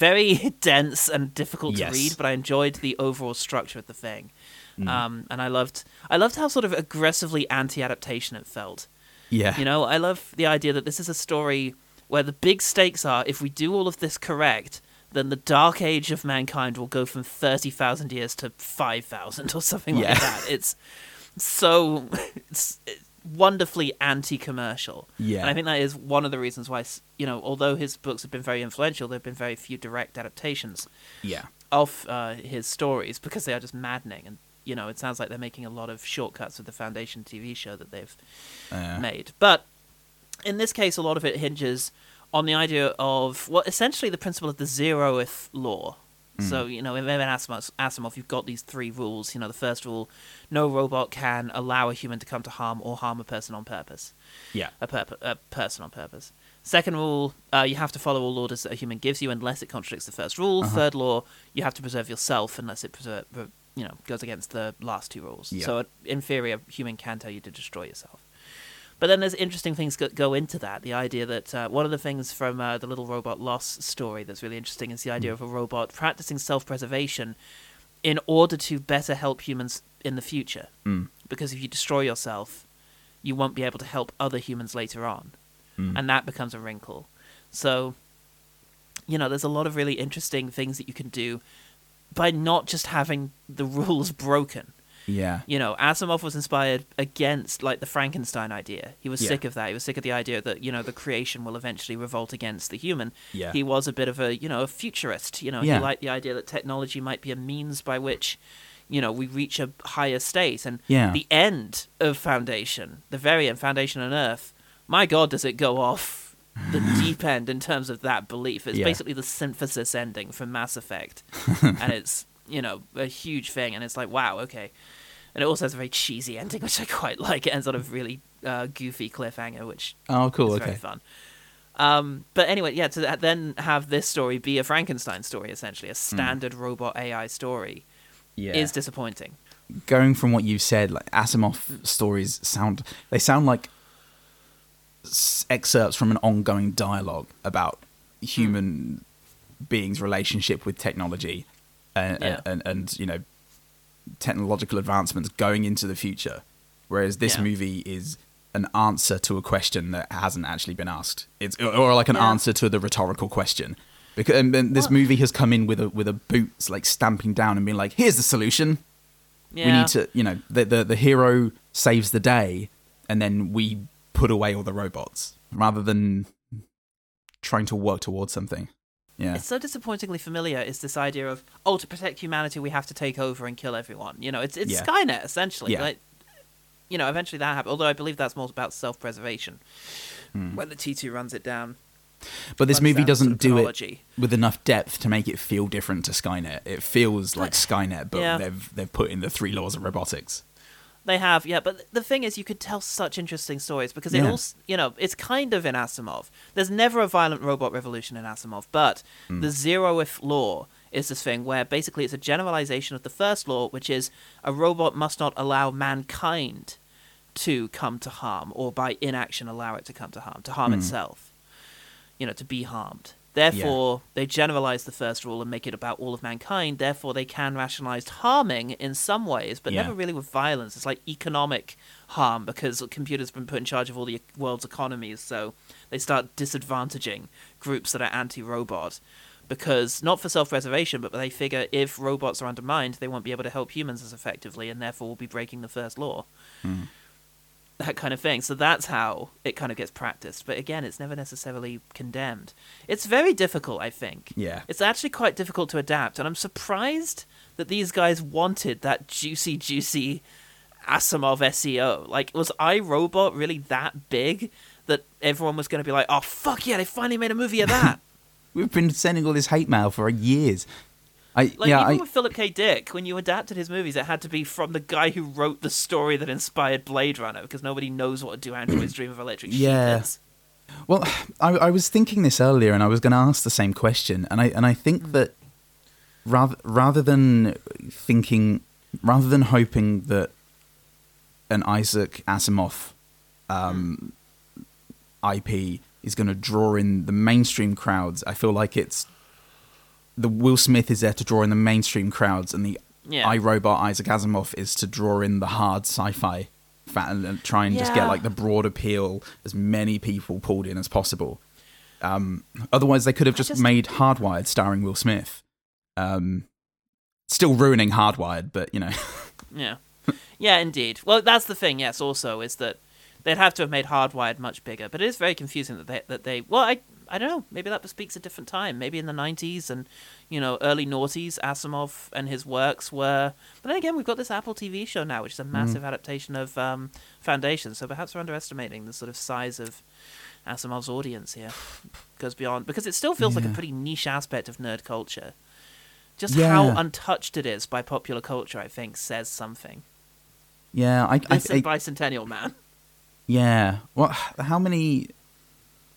S1: very dense and difficult
S2: Yes.
S1: to read, but I enjoyed the overall structure of the thing. Um, and I loved, I loved how sort of aggressively anti-adaptation it felt.
S2: yeah
S1: You know, I love the idea that this is a story where the big stakes are if we do all of this correct, then the dark age of mankind will go from 30,000 years to 5,000 or something
S2: Yeah.
S1: like that. It's so it's wonderfully anti-commercial.
S2: Yeah.
S1: And I think that is one of the reasons why you know, although his books have been very influential, there've been very few direct adaptations
S2: Yeah.
S1: of uh, his stories because they are just maddening and you know, it sounds like they're making a lot of shortcuts with the Foundation TV show that they've
S2: Uh,
S1: made. But in this case, a lot of it hinges on the idea of, well, essentially the principle of the zeroth law. So, you know, in Evan Asimov, Asimov, you've got these three rules. You know, the first rule no robot can allow a human to come to harm or harm a person on purpose
S2: yeah.
S1: a, purpo- a person on purpose. Second rule, uh, you have to follow all orders that a human gives you unless it contradicts the first rule. Third law, you have to preserve yourself unless it preserve, you know goes against the last two rules.
S2: Yeah.
S1: So in theory, a human can tell you to destroy yourself. But then there's interesting things that go into that. The idea that uh, one of the things from uh, the Little Robot Lost story that's really interesting is the idea of a robot practicing self preservation in order to better help humans in the future. Mm. Because if you destroy yourself, you won't be able to help other humans later on. And that becomes a wrinkle. So, you know, there's a lot of really interesting things that you can do by not just having the rules broken
S2: Yeah.
S1: you know, Asimov was inspired against like the Frankenstein idea. He was
S2: Yeah.
S1: sick of that. He was sick of the idea that you know the creation will eventually revolt against the human.
S2: Yeah.
S1: He was a bit of a you know a futurist. You know,
S2: Yeah.
S1: he liked the idea that technology might be a means by which, you know, we reach a higher state. And
S2: Yeah.
S1: the end of Foundation, the very end, Foundation on Earth. My God, does it go off the deep end in terms of that belief? It's
S2: Yeah.
S1: basically the synthesis ending from Mass Effect, and it's you know a huge thing. And it's like wow, okay. And it also has a very cheesy ending, which I quite like. It ends on a really uh, goofy cliffhanger, which
S2: Oh, cool.
S1: is
S2: Okay.
S1: very fun. Um, but anyway, yeah, to then have this story be a Frankenstein story, essentially, a standard robot AI story,
S2: Hmm. Yeah.
S1: is disappointing.
S2: going from what you've said, like Asimov stories sound they sound like s- excerpts from an ongoing dialogue about human beings' relationship with technology and,
S1: Yeah.
S2: and and you know technological advancements going into the future, whereas this
S1: Yeah.
S2: movie is an answer to a question that hasn't actually been asked. It's or- or like an answer to the rhetorical question. Because and, and this movie has come in with a with a boots like stamping down and being like, "Here's the solution."
S1: Yeah.
S2: we need to you know the, the the hero saves the day and then we put away all the robots rather than trying to work towards something yeah
S1: It's so disappointingly familiar. Is this idea of oh, to protect humanity, we have to take over and kill everyone? You know, it's it's
S2: Yeah.
S1: Skynet essentially.
S2: Yeah.
S1: Like, you know, eventually that happened. Although I believe that's more about self-preservation.
S2: Hmm.
S1: When the T two runs it down,
S2: but this
S1: runs
S2: movie
S1: down sort
S2: doesn't
S1: of
S2: do it
S1: chronology.
S2: with enough depth to make it feel different to skynet it feels like skynet but
S1: Yeah.
S2: they've they've put in the three laws of robotics
S1: They have, yeah. But the thing is, you could tell such interesting stories because it
S2: Yeah.
S1: all, s- you know, it's kind of in Asimov. There's never a violent robot revolution in Asimov, but the zeroth law is this thing where basically it's a generalization of the first law, which is a robot must not allow mankind to come to harm or by inaction allow it to come to harm, to harm itself, you know, to be harmed. Therefore, they generalize the first rule and make it about all of mankind. Therefore, they can rationalize harming in some ways, but
S2: Yeah.
S1: never really with violence. It's like economic harm because computers have been put in charge of all the e, world's economies, so they start disadvantaging groups that are anti robot. Because not for self preservation, but they figure if robots are undermined, they won't be able to help humans as effectively and therefore will be breaking the first law that kind of thing. So that's how it kind of gets practiced. But again, it's never necessarily condemned. It's very difficult, I think.
S2: Yeah.
S1: It's actually quite difficult to adapt, and I'm surprised that these guys wanted that juicy, juicy Asimov SEO. Like, was iRobot really that big that everyone was going to be like, oh, fuck yeah, they finally made a movie of that?
S2: we've been sending all this hate mail for years i
S1: Like,
S2: yeah
S1: even
S2: I,
S1: with Philip K. Dick, when you adapted his movies, it had to be from the guy who wrote the story that inspired Blade Runner, because nobody knows what a Do Androids Dream of Electric Sheep
S2: Yeah.
S1: is.
S2: Well, I, I was thinking this earlier, and I was going to ask the same question, and I and I think that rather rather than thinking, rather than hoping that an Isaac Asimov um, IP is going to draw in the mainstream crowds, I feel like it's the Will Smith is there to draw in the mainstream crowds, and the
S1: Yeah.
S2: iRobot Isaac Asimov is to draw in the hard sci-fi fan and try and just get
S1: Yeah.
S2: like the broad appeal, as many people pulled in as possible. Um, otherwise, they could have just,
S1: just-
S2: made Hardwired starring Will Smith. Um, still ruining Hardwired, but you know,
S1: Yeah. Yeah, indeed. Well, that's the thing, yes, also, is that they'd have to have made Hardwired much bigger. But it is very confusing that they, that they well, I, I don't know. Maybe that bespeaks a different time. Maybe in the 90s and, you know, early noughties, Asimov and his works were. But then again, we've got this Apple TV show now,
S2: Mm.
S1: which is a massive adaptation of um, Foundation. So perhaps we're underestimating the sort of size of Asimov's audience here. Goes beyond. Because it still feels like a
S2: Yeah.
S1: pretty niche aspect of nerd culture. Just
S2: Yeah.
S1: how untouched it is by popular culture, I think, says something.
S2: yeah, I, I,
S1: This
S2: I-
S1: is Bicentennial Man.
S2: yeah. Well, how many?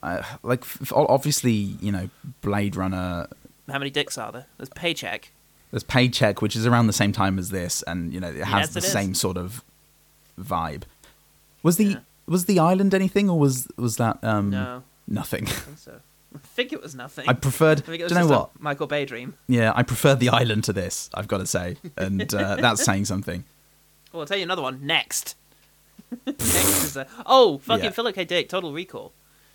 S2: Uh, like, f- obviously, you know, Blade Runner
S1: How many dicks are there? There's paycheck.
S2: There's Paycheck, which is around the same time as this, and you know it has
S1: Yes,
S2: the
S1: it is.
S2: same sort of vibe. Was the was the island anything, or was was that um,
S1: No.
S2: nothing?
S1: I think so. I think it was nothing.
S2: I preferred.
S1: I
S2: Do
S1: think it
S2: you
S1: was
S2: know
S1: just a
S2: what?
S1: Michael Bay dream.
S2: Yeah, I preferred the island to this. I've got to say, and uh, that's saying something.
S1: Well, I'll tell you another one. Next. Next is a oh fucking
S2: Yeah.
S1: Philip K. Dick, Total Recall,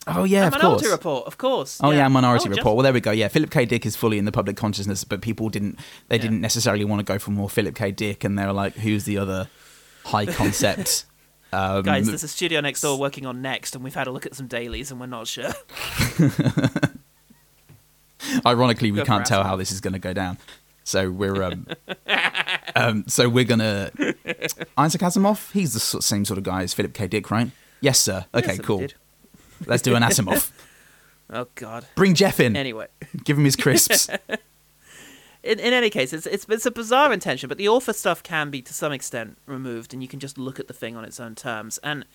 S2: Oh yeah,
S1: And
S2: of
S1: Minority
S2: course.
S1: Report, of course.
S2: Oh yeah, Minority
S1: Oh, just-
S2: Report. Well, there we go. Yeah, Philip K. Dick is fully in the public consciousness, but people didn't. They
S1: Yeah.
S2: didn't necessarily want to go for more Philip K. Dick, and they were like, "Who's the other high concept?" um,
S1: Guys, there's a studio next door working on Next, and we've had a look at some dailies, and we're not sure.
S2: ironically we
S1: Good
S2: can't
S1: for
S2: tell how this is going to go down so we're um, um so we're gonna isaac asimov he's the sort, same sort of guy as philip k dick right yes sir okay
S1: Yes, I
S2: cool
S1: did.
S2: let's do an asimov
S1: Oh God.
S2: bring jeff in
S1: Anyway.
S2: give him his crisps
S1: in, in any case, it's, it's it's a bizarre intention, but the author stuff can be to some extent removed, and you can just look at the thing on its own terms. And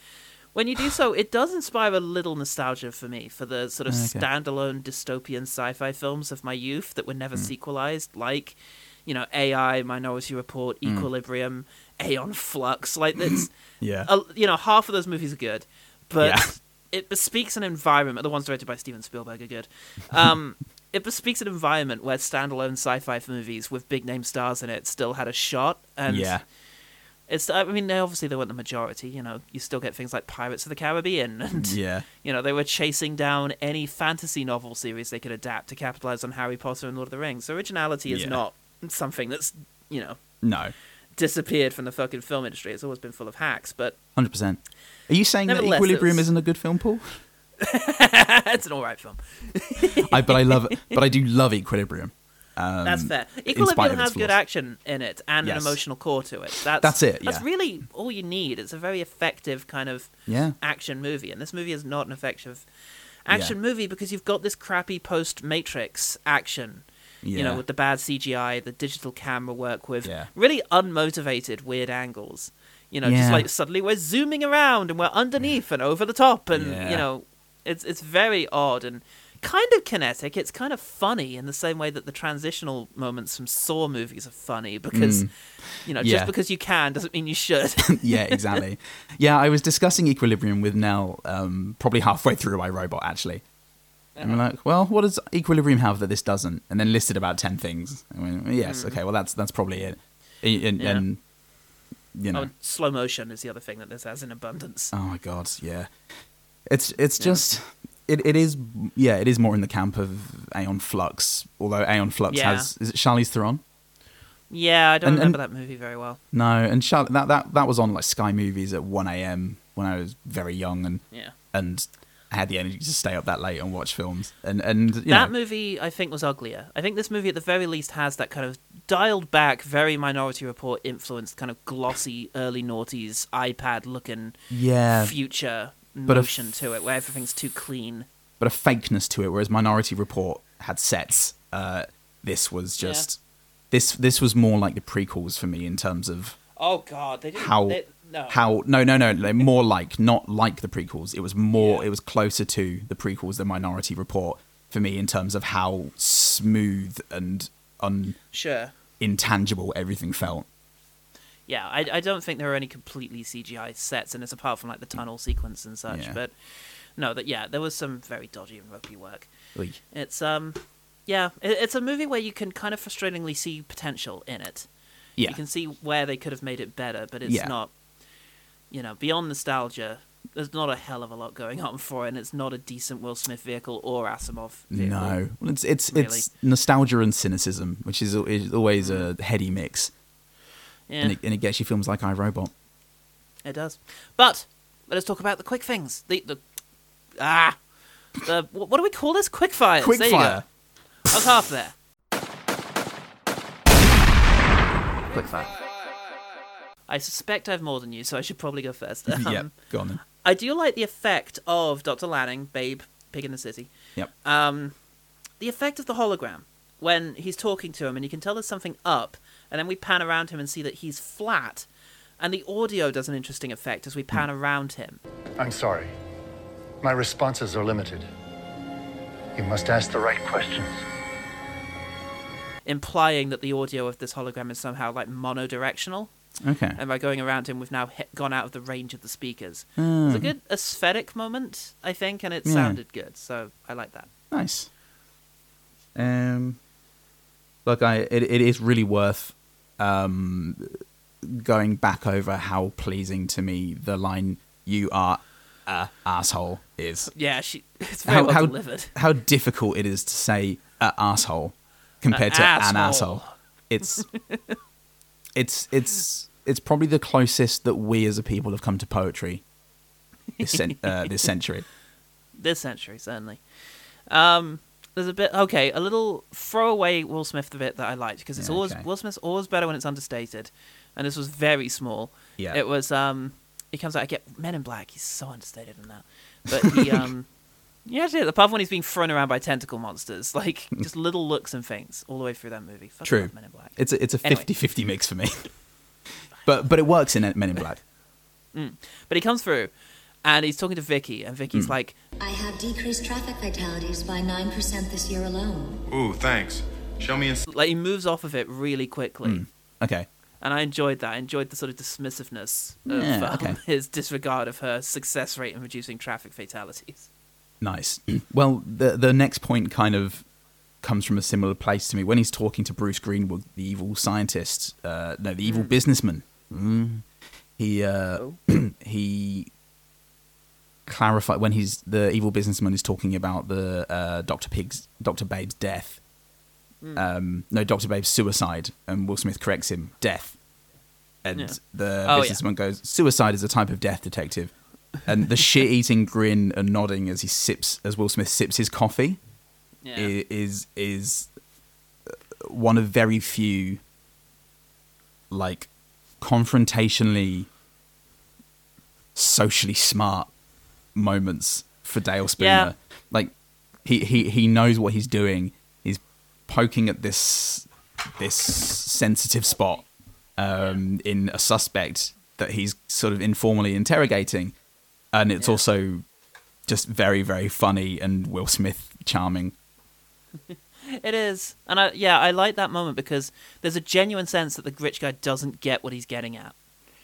S1: when you do so, it does inspire a little nostalgia for me for the sort of
S2: Okay.
S1: standalone dystopian sci-fi films of my youth that were never sequelized, like you know AI, Minority Report, Equilibrium, Aeon Flux. Like that's
S2: yeah
S1: a, you know, half of those movies are good, but
S2: Yeah.
S1: it bespeaks an environment. The ones directed by Steven Spielberg are good. Um, it bespeaks an environment where standalone sci-fi movies with big name stars in it still had a shot. And
S2: yeah
S1: it's. I mean, they obviously they weren't the majority. You know, you still get things like Pirates of the Caribbean, and
S2: yeah
S1: you know they were chasing down any fantasy novel series they could adapt to capitalize on Harry Potter and Lord of the Rings. So originality is
S2: Yeah.
S1: not something that's you know
S2: no
S1: disappeared from the fucking film industry. It's always been full of hacks, but
S2: 100% are you saying that
S1: Nevertheless, it
S2: equilibrium
S1: was-
S2: isn't a good film paul
S1: it's an all right film.
S2: i but i love but i do love equilibrium
S1: That's
S2: um,
S1: fair.
S2: spite of
S1: Equilibrium
S2: its
S1: has good
S2: flaws.
S1: action in it and
S2: Yes.
S1: an emotional core to it. That's,
S2: That's it,
S1: That's
S2: yeah.
S1: really all you need. It's a very effective kind of
S2: Yeah.
S1: action movie, and this movie is not an effective action movie because you've got this crappy post Matrix action. You know,
S2: Yeah.
S1: with the bad CGI, the digital camera work, with
S2: Yeah.
S1: really unmotivated weird angles. You know,
S2: Yeah.
S1: just like suddenly we're zooming around and we're underneath and over the top, and you
S2: Yeah.
S1: know, it's it's very odd and kind of kinetic. It's kind of funny in the same way that the transitional moments from Saw movies are funny because you know
S2: Mm. Yeah.
S1: just because you can doesn't mean you should.
S2: yeah, exactly. yeah, I was discussing Equilibrium with Nell um, probably halfway through iRobot, actually. And we're like, well, what does Equilibrium have that this doesn't? And then listed about 10 things. And we went, yes, okay, well, that's that's probably it. And, and-
S1: Hmm. Yeah.
S2: and, you know,
S1: oh, slow motion is the other thing that this has in abundance.
S2: oh my God, yeah. It's, it's just, it, it is, yeah, it is more in the camp of Aeon Flux, although Aeon Flux
S1: Yeah.
S2: has, is it Charlize Theron?
S1: Yeah, I don't
S2: And- and-
S1: remember that movie very well.
S2: No, and Char- that, that, that was on like Sky Movies at 1am when I was very young and
S1: Yeah.
S2: and I had the energy to stay up that late and watch films. And and you
S1: that
S2: know,
S1: movie, I think, was uglier. I think this movie, at the very least, has that kind of dialed back, very Minority Report influenced, kind of glossy, early noughties, iPad looking
S2: yeah,
S1: future
S2: a
S1: notion
S2: f-
S1: to it, where everything's too clean.
S2: but a fakeness to it. Whereas Minority Report had sets. Uh, this was just this this was more like the prequels for me in terms of
S1: Oh God, they didn't.
S2: how
S1: they- no.
S2: how no no no like, more like not like the prequels. It was more it was closer to the prequels than Minority Report for me in terms of how smooth and un
S1: sure.
S2: intangible everything felt.
S1: Yeah, I, I don't think there are any completely CGI sets in this apart from like the tunnel sequence and such.
S2: Yeah.
S1: But no, that yeah, there was some very dodgy and ropey work.
S2: Oy.
S1: It's um, yeah, it, it's a movie where you can kind of frustratingly see potential in it.
S2: Yeah.
S1: You can see where they could have made it better, but it's
S2: Yeah.
S1: not, you know, beyond nostalgia. there's not a hell of a lot going on for it, and it's not a decent Will Smith vehicle or Asimov. Vehicle.
S2: No, well, it's it's it's nostalgia and cynicism, which is, al- is always a heady mix,
S1: Mm. yeah,
S2: and,
S1: it,
S2: it, and it gets you films like I Robot.
S1: does. But let us talk about the quick things. The the ah, the wh- what do we call this? Quick fires.
S2: Quick
S1: there You
S2: fire.
S1: go. I was half there.
S2: Quick fire.
S1: I suspect I have more than you, so I should probably go first.
S2: yeah,
S1: Um,
S2: go on then.
S1: I do like the effect of Dr. Lanning, Babe, Pig in the City.
S2: Yep.
S1: Um, the effect of the hologram when he's talking to him, and you can tell there's something up, and then we pan around him and see that he's flat, and the audio does an interesting effect as
S2: Hmm.
S1: we pan around him.
S5: I'm sorry. My responses are limited. You must ask the right questions.
S1: implying that the audio of this hologram is somehow like mono-directional,
S2: Okay.
S1: and by going around him, we've now hit, gone out of the range of the speakers. It's a good aesthetic moment, I think, and it
S2: Hmm. Yeah.
S1: sounded good, so I like that.
S2: Nice. Um, look, I it, it is really worth um going back over how pleasing to me the line "you are a asshole" is.
S1: Yeah, she it's very well
S2: how
S1: delivered.
S2: how difficult it is to say a asshole compared
S1: A
S2: to an
S1: asshole.
S2: asshole. It's it's it's it's probably the closest that we as a people have come to poetry this, cen- uh, this century.
S1: This century, certainly. Um, there's a bit okay, a little throwaway Will Smith the bit that I liked because it's
S2: Yeah,
S1: always
S2: okay.
S1: Will Smith's always better when it's understated, and this was very small.
S2: Yeah.
S1: it was. Um, he comes out. I get Men in Black. He's so understated in that, but he um. Yeah, actually, the pub when he's being thrown around by tentacle monsters, like just little looks and things all the way through that movie. Fucking
S2: True.
S1: love Men in Black.
S2: It's a, it's a
S1: Anyway.
S2: 50-50 mix for me. but but it works in Men in Black.
S1: But he comes through, and he's talking to Vicky, and
S2: Mm.
S1: Vicky's like,
S11: I have decreased traffic fatalities by 9% this year alone.
S6: Ooh, thanks. Show me in
S1: like he moves off of it really quickly.
S2: Mm. Okay.
S1: and I enjoyed that. I enjoyed the sort of dismissiveness of
S2: Yeah,
S1: um,
S2: okay.
S1: his disregard of her success rate in reducing traffic fatalities.
S2: Nice. Well, the the next point kind of comes from a similar place to me when he's talking to Bruce Greenwood, the evil scientist, uh, no, the evil businessman. Mm. He uh, he clarified when he's the evil businessman is talking about the uh, Doctor Pig's Doctor Babe's death. Um, no, Doctor Babe's suicide, and Will Smith corrects him, death. And
S1: Yeah.
S2: the
S1: Oh, yeah.
S2: businessman goes, "Suicide is a type of death, detective." And the shit-eating grin and nodding as he sips, as Will Smith sips his coffee,
S1: Yeah.
S2: i is is uh, one of very few like confrontationally socially smart moments for Dale Spooner.
S1: Yeah.
S2: Like he, he he knows what he's doing. He's poking at this this sensitive spot um, in a suspect that he's sort of informally interrogating, and it's also just very very funny and Will Smith charming.
S1: It is, and I yeah, I like that moment because there's a genuine sense that the rich guy doesn't get what he's getting at.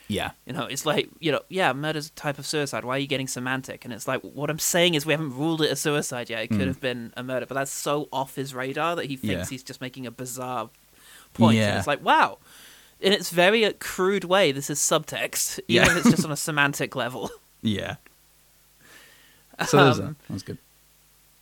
S2: Yeah.
S1: You know, it's like you know, yeah, murder's a type of suicide. Why are you getting semantic? And it's like what I'm saying is we haven't ruled it a suicide yet. It could have been a murder, but that's so off his radar that he thinks
S2: Hmm. Yeah.
S1: he's just making a bizarre point. And
S2: Yeah.
S1: it's like wow. In its very uh, crude way, this is subtext, even
S2: Yeah.
S1: if it's just on a semantic level.
S2: Yeah. So there's that.
S1: Um,
S2: that was good.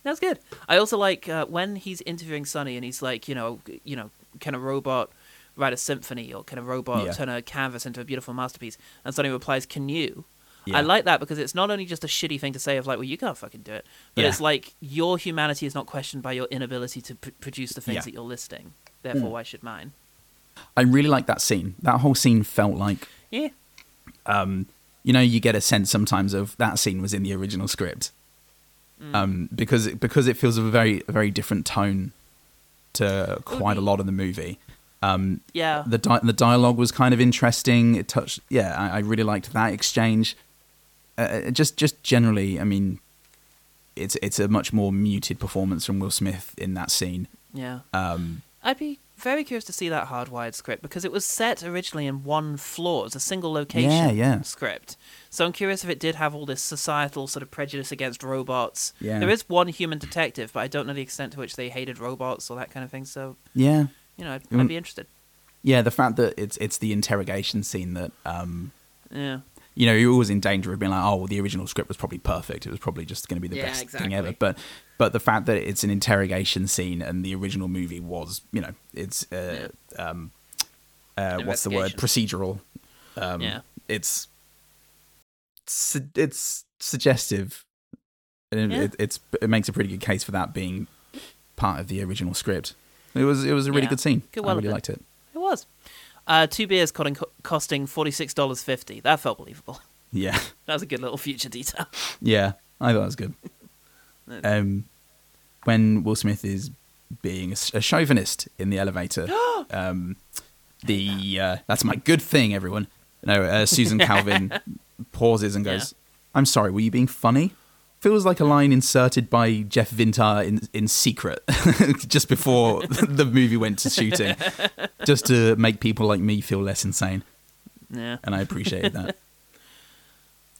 S1: That's good. I also like uh, when he's interviewing Sonny and he's like, you know, g- you know, can a robot write a symphony or can a robot
S2: Yeah.
S1: turn a canvas into a beautiful masterpiece? And Sonny replies, "Can you?"
S2: Yeah.
S1: I like that because it's not only just a shitty thing to say of like, well, you can't fucking do it, but
S2: Yeah.
S1: it's like your humanity is not questioned by your inability to pr- produce the things
S2: Yeah. Mm.
S1: that you're listing. Therefore, why should mine?
S2: I really like that scene. That whole scene felt like
S1: Yeah,
S2: you know you get a sense sometimes of that scene was in the original script, um, because it, because it feels a very a very different tone to quite a lot of the movie.
S1: yeah.
S2: The di- the dialogue was kind of interesting. It touched yeah. I, I really liked that exchange. Uh, uh, just just generally, I mean, it's it's a much more muted performance from Will Smith in that scene.
S1: Yeah. Um, I'd be very curious to see that hardwired script because it was set originally in one floor, it's a single location
S2: Yeah, yeah.
S1: script. So I'm curious if it did have all this societal sort of prejudice against robots.
S2: Yeah.
S1: There is one human detective, but I don't know the extent to which they hated robots or that kind of thing. So
S2: Yeah,
S1: you know, I'd,
S2: Mm.
S1: I'd be interested.
S2: yeah. The fact that it's it's the interrogation scene that um,
S1: Yeah.
S2: you know, you're always in danger of being like, oh, well, the original script was probably perfect. It was probably just going to be the
S1: Yeah,
S2: best
S1: exactly.
S2: thing ever. But but the fact that it's an interrogation scene and the original movie was, you know, it's uh, um, uh, what's the word procedural. Um,
S1: Yeah.
S2: it's su- it's suggestive, and it-
S1: Yeah.
S2: it, it's it makes a pretty good case for that being part of the original script. It was it was a really
S1: Yeah.
S2: good scene.
S1: Good
S2: I really
S1: element.
S2: liked it.
S1: It was. Uh, two beers costing, costing $46.50. That felt believable.
S2: Yeah,
S1: That was a good little future detail.
S2: yeah, I thought it was good.
S1: No.
S2: Um, when Will Smith is being a, ch- a chauvinist in the elevator, um, the uh, that's my good thing, everyone. No, uh, Susan Calvin pauses and goes, "I'm sorry, were you being funny?" Feels like a line inserted by Jeff Vintar in in secret just before the movie went to shooting, just to make people like me feel less insane,
S1: Yeah.
S2: and I appreciated that.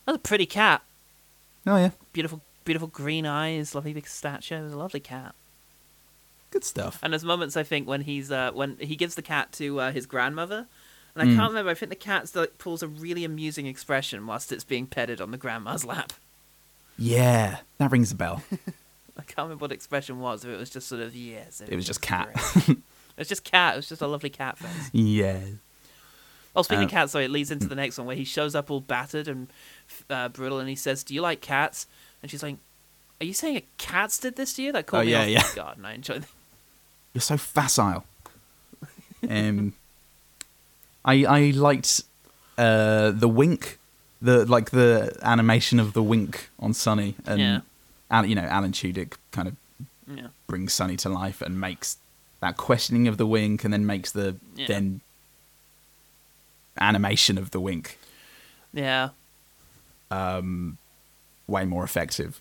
S1: That was a pretty cat.
S2: Oh yeah,
S1: Beautiful, beautiful green eyes, lovely big stature. It was a lovely cat.
S2: good stuff.
S1: And there's moments I think when he's uh, when he gives the cat to uh, his grandmother, and I
S2: Mm.
S1: can't remember. I think the cat like, pulls a really amusing expression whilst it's being petted on the grandma's lap.
S2: Yeah, that rings a bell.
S1: I can't remember what the expression was. If it was just sort of yes,
S2: It was just cat.
S1: it was just cat. It was just a lovely cat face.
S2: yeah.
S1: Oh, speaking
S2: Um,
S1: of cats, sorry, it leads into the next one where he shows up all battered and uh, brutal, and he says, "Do you like cats?" And she's like, "Are you saying cats did this to you?" That caught
S2: Oh,
S1: me
S2: yeah,
S1: off
S2: yeah.
S1: guard, and I enjoyed.
S2: You're so facile. Um, I I liked uh, the wink, the like the animation of the wink on Sunny, and
S1: Yeah.
S2: Al, you know Alan Tudyk kind of
S1: Yeah.
S2: brings Sunny to life and makes that questioning of the wink, and then makes the
S1: Yeah.
S2: then animation of the wink
S1: Yeah,
S2: um, way more effective.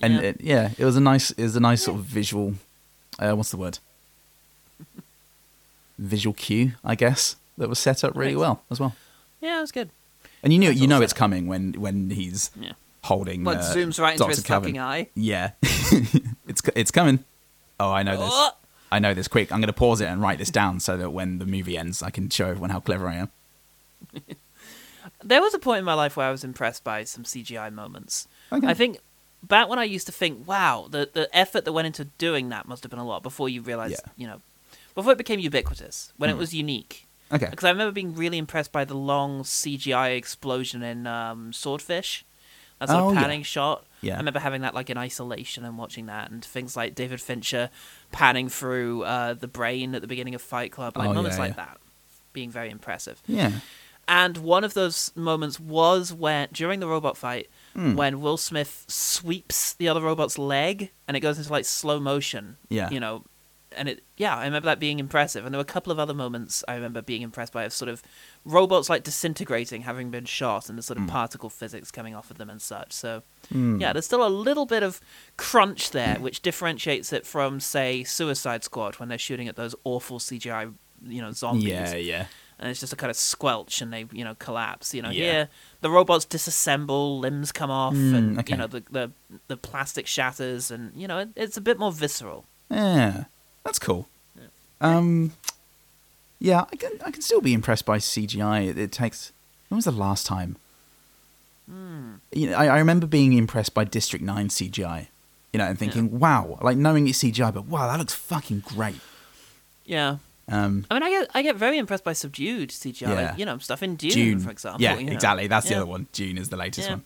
S2: And
S1: Yeah.
S2: It, yeah, it was a nice, it was a nice sort of visual. Uh, what's the word? visual cue, I guess, that was set up really
S1: Right.
S2: well as well.
S1: yeah, it was good.
S2: And you knew, you know, it's coming when when he's
S1: Yeah.
S2: holding.
S1: Well, it
S2: uh,
S1: zooms right into
S2: Dr.
S1: his
S2: Calvin.
S1: fucking eye.
S2: Yeah, it's co- it's coming. Oh, I know this.
S1: Oh!
S2: I know this. Quick, I'm going to pause it and write this down so that when the movie ends, I can show everyone how clever I am.
S1: There was a point in my life where I was impressed by some CGI moments.
S2: Okay.
S1: I think back when I used to think, wow, the the effort that went into doing that must have been a lot before you realized,
S2: Yeah.
S1: you know, before it became ubiquitous, when it
S2: Hmm.
S1: was unique.
S2: Okay.
S1: Because I remember being really impressed by the long CGI explosion in um, Swordfish, that sort
S2: Oh,
S1: of
S2: yeah.
S1: panning shot.
S2: Yeah.
S1: I remember having that like in isolation and watching that, and things like David Fincher panning through uh, the brain at the beginning of Fight Club, like
S2: Oh,
S1: moments
S2: yeah,
S1: like
S2: yeah.
S1: that, being very impressive.
S2: Yeah.
S1: And one of those moments was when during the robot fight,
S2: Hmm.
S1: when Will Smith sweeps the other robot's leg and it goes into like slow motion.
S2: Yeah.
S1: You know, and it yeah, I remember that being impressive. And there were a couple of other moments I remember being impressed by of sort of robots like disintegrating having been shot and the sort of particle physics coming off of them and such. So
S2: Hmm.
S1: yeah, there's still a little bit of crunch there, which differentiates it from, say, Suicide Squad when they're shooting at those awful CGI, you know, zombies
S2: Yeah, yeah.
S1: and it's just a kind of squelch and they you know collapse you know
S2: Yeah.
S1: here the robots disassemble limbs come off
S2: Mm,
S1: and
S2: okay.
S1: you know the, the the plastic shatters and you know it, it's a bit more visceral
S2: Yeah, that's cool. Um, yeah, I can I can still be impressed by CGI. It, it takes. When was the last time?
S1: Hmm.
S2: You know, I, I remember being impressed by District Nine CGI. You know, and thinking, wow, like knowing it's CGI, but wow, that looks fucking great.
S1: yeah
S2: Um,
S1: i mean i get i get very impressed by subdued cgi
S2: Yeah.
S1: you know stuff in dune, for example
S2: Yeah,
S1: you know.
S2: exactly. That's the
S1: Yeah.
S2: other one. June is the latest
S1: Yeah.
S2: one.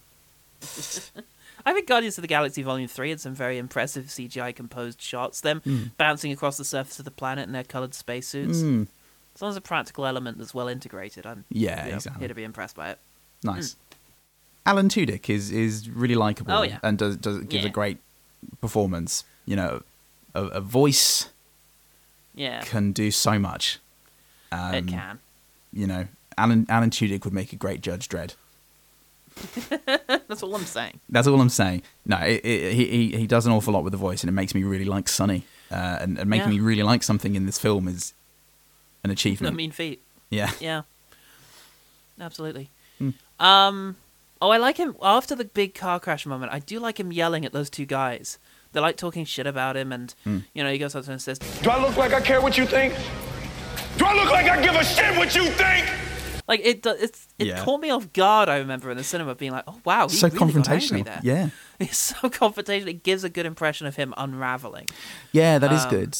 S1: I think Guardians of the Galaxy Volume 3 had some very impressive CGI composed shots. Them
S2: Mm.
S1: bouncing across the surface of the planet in their coloured spacesuits.
S2: Mm.
S1: As long as a practical element that's well integrated, I'm
S2: Yeah,
S1: you know,
S2: exactly.
S1: here to be impressed by it.
S2: Nice. Alan Tudyk is is really likable
S1: Hmm. Oh, yeah.
S2: and does does gives
S1: Yeah.
S2: a great performance. You know, a, a voice
S1: Yeah,
S2: can do so much. Um,
S1: it can.
S2: You know, Alan Alan Tudyk would make a great Judge Dredd.
S1: That's all I'm saying.
S2: That's all I'm saying. No, it, it, he he- he does an awful lot with the voice, and it makes me really like Sonny. Uh, and, and making
S1: Yeah.
S2: me really like something in this film is an
S1: No
S2: achievement.
S1: mean feat.
S2: yeah,
S1: Yeah. Absolutely.
S2: Hmm.
S1: Um oh I like him after the big car crash moment, I do like him yelling at those two guys. They're like talking shit about him and
S12: Hmm.
S1: you know, he goes up to them and says
S12: Do I look like I care what you think? Do I look like I give a shit what you think?
S1: Like it, do- it's it
S2: Yeah.
S1: caught me off guard. I remember in the cinema being like, "Oh wow, he
S2: So
S1: really got angry
S2: confrontational,
S1: there.
S2: yeah.
S1: it's so confrontational. It gives a good impression of him unraveling.
S2: Yeah, that is
S1: Um,
S2: good.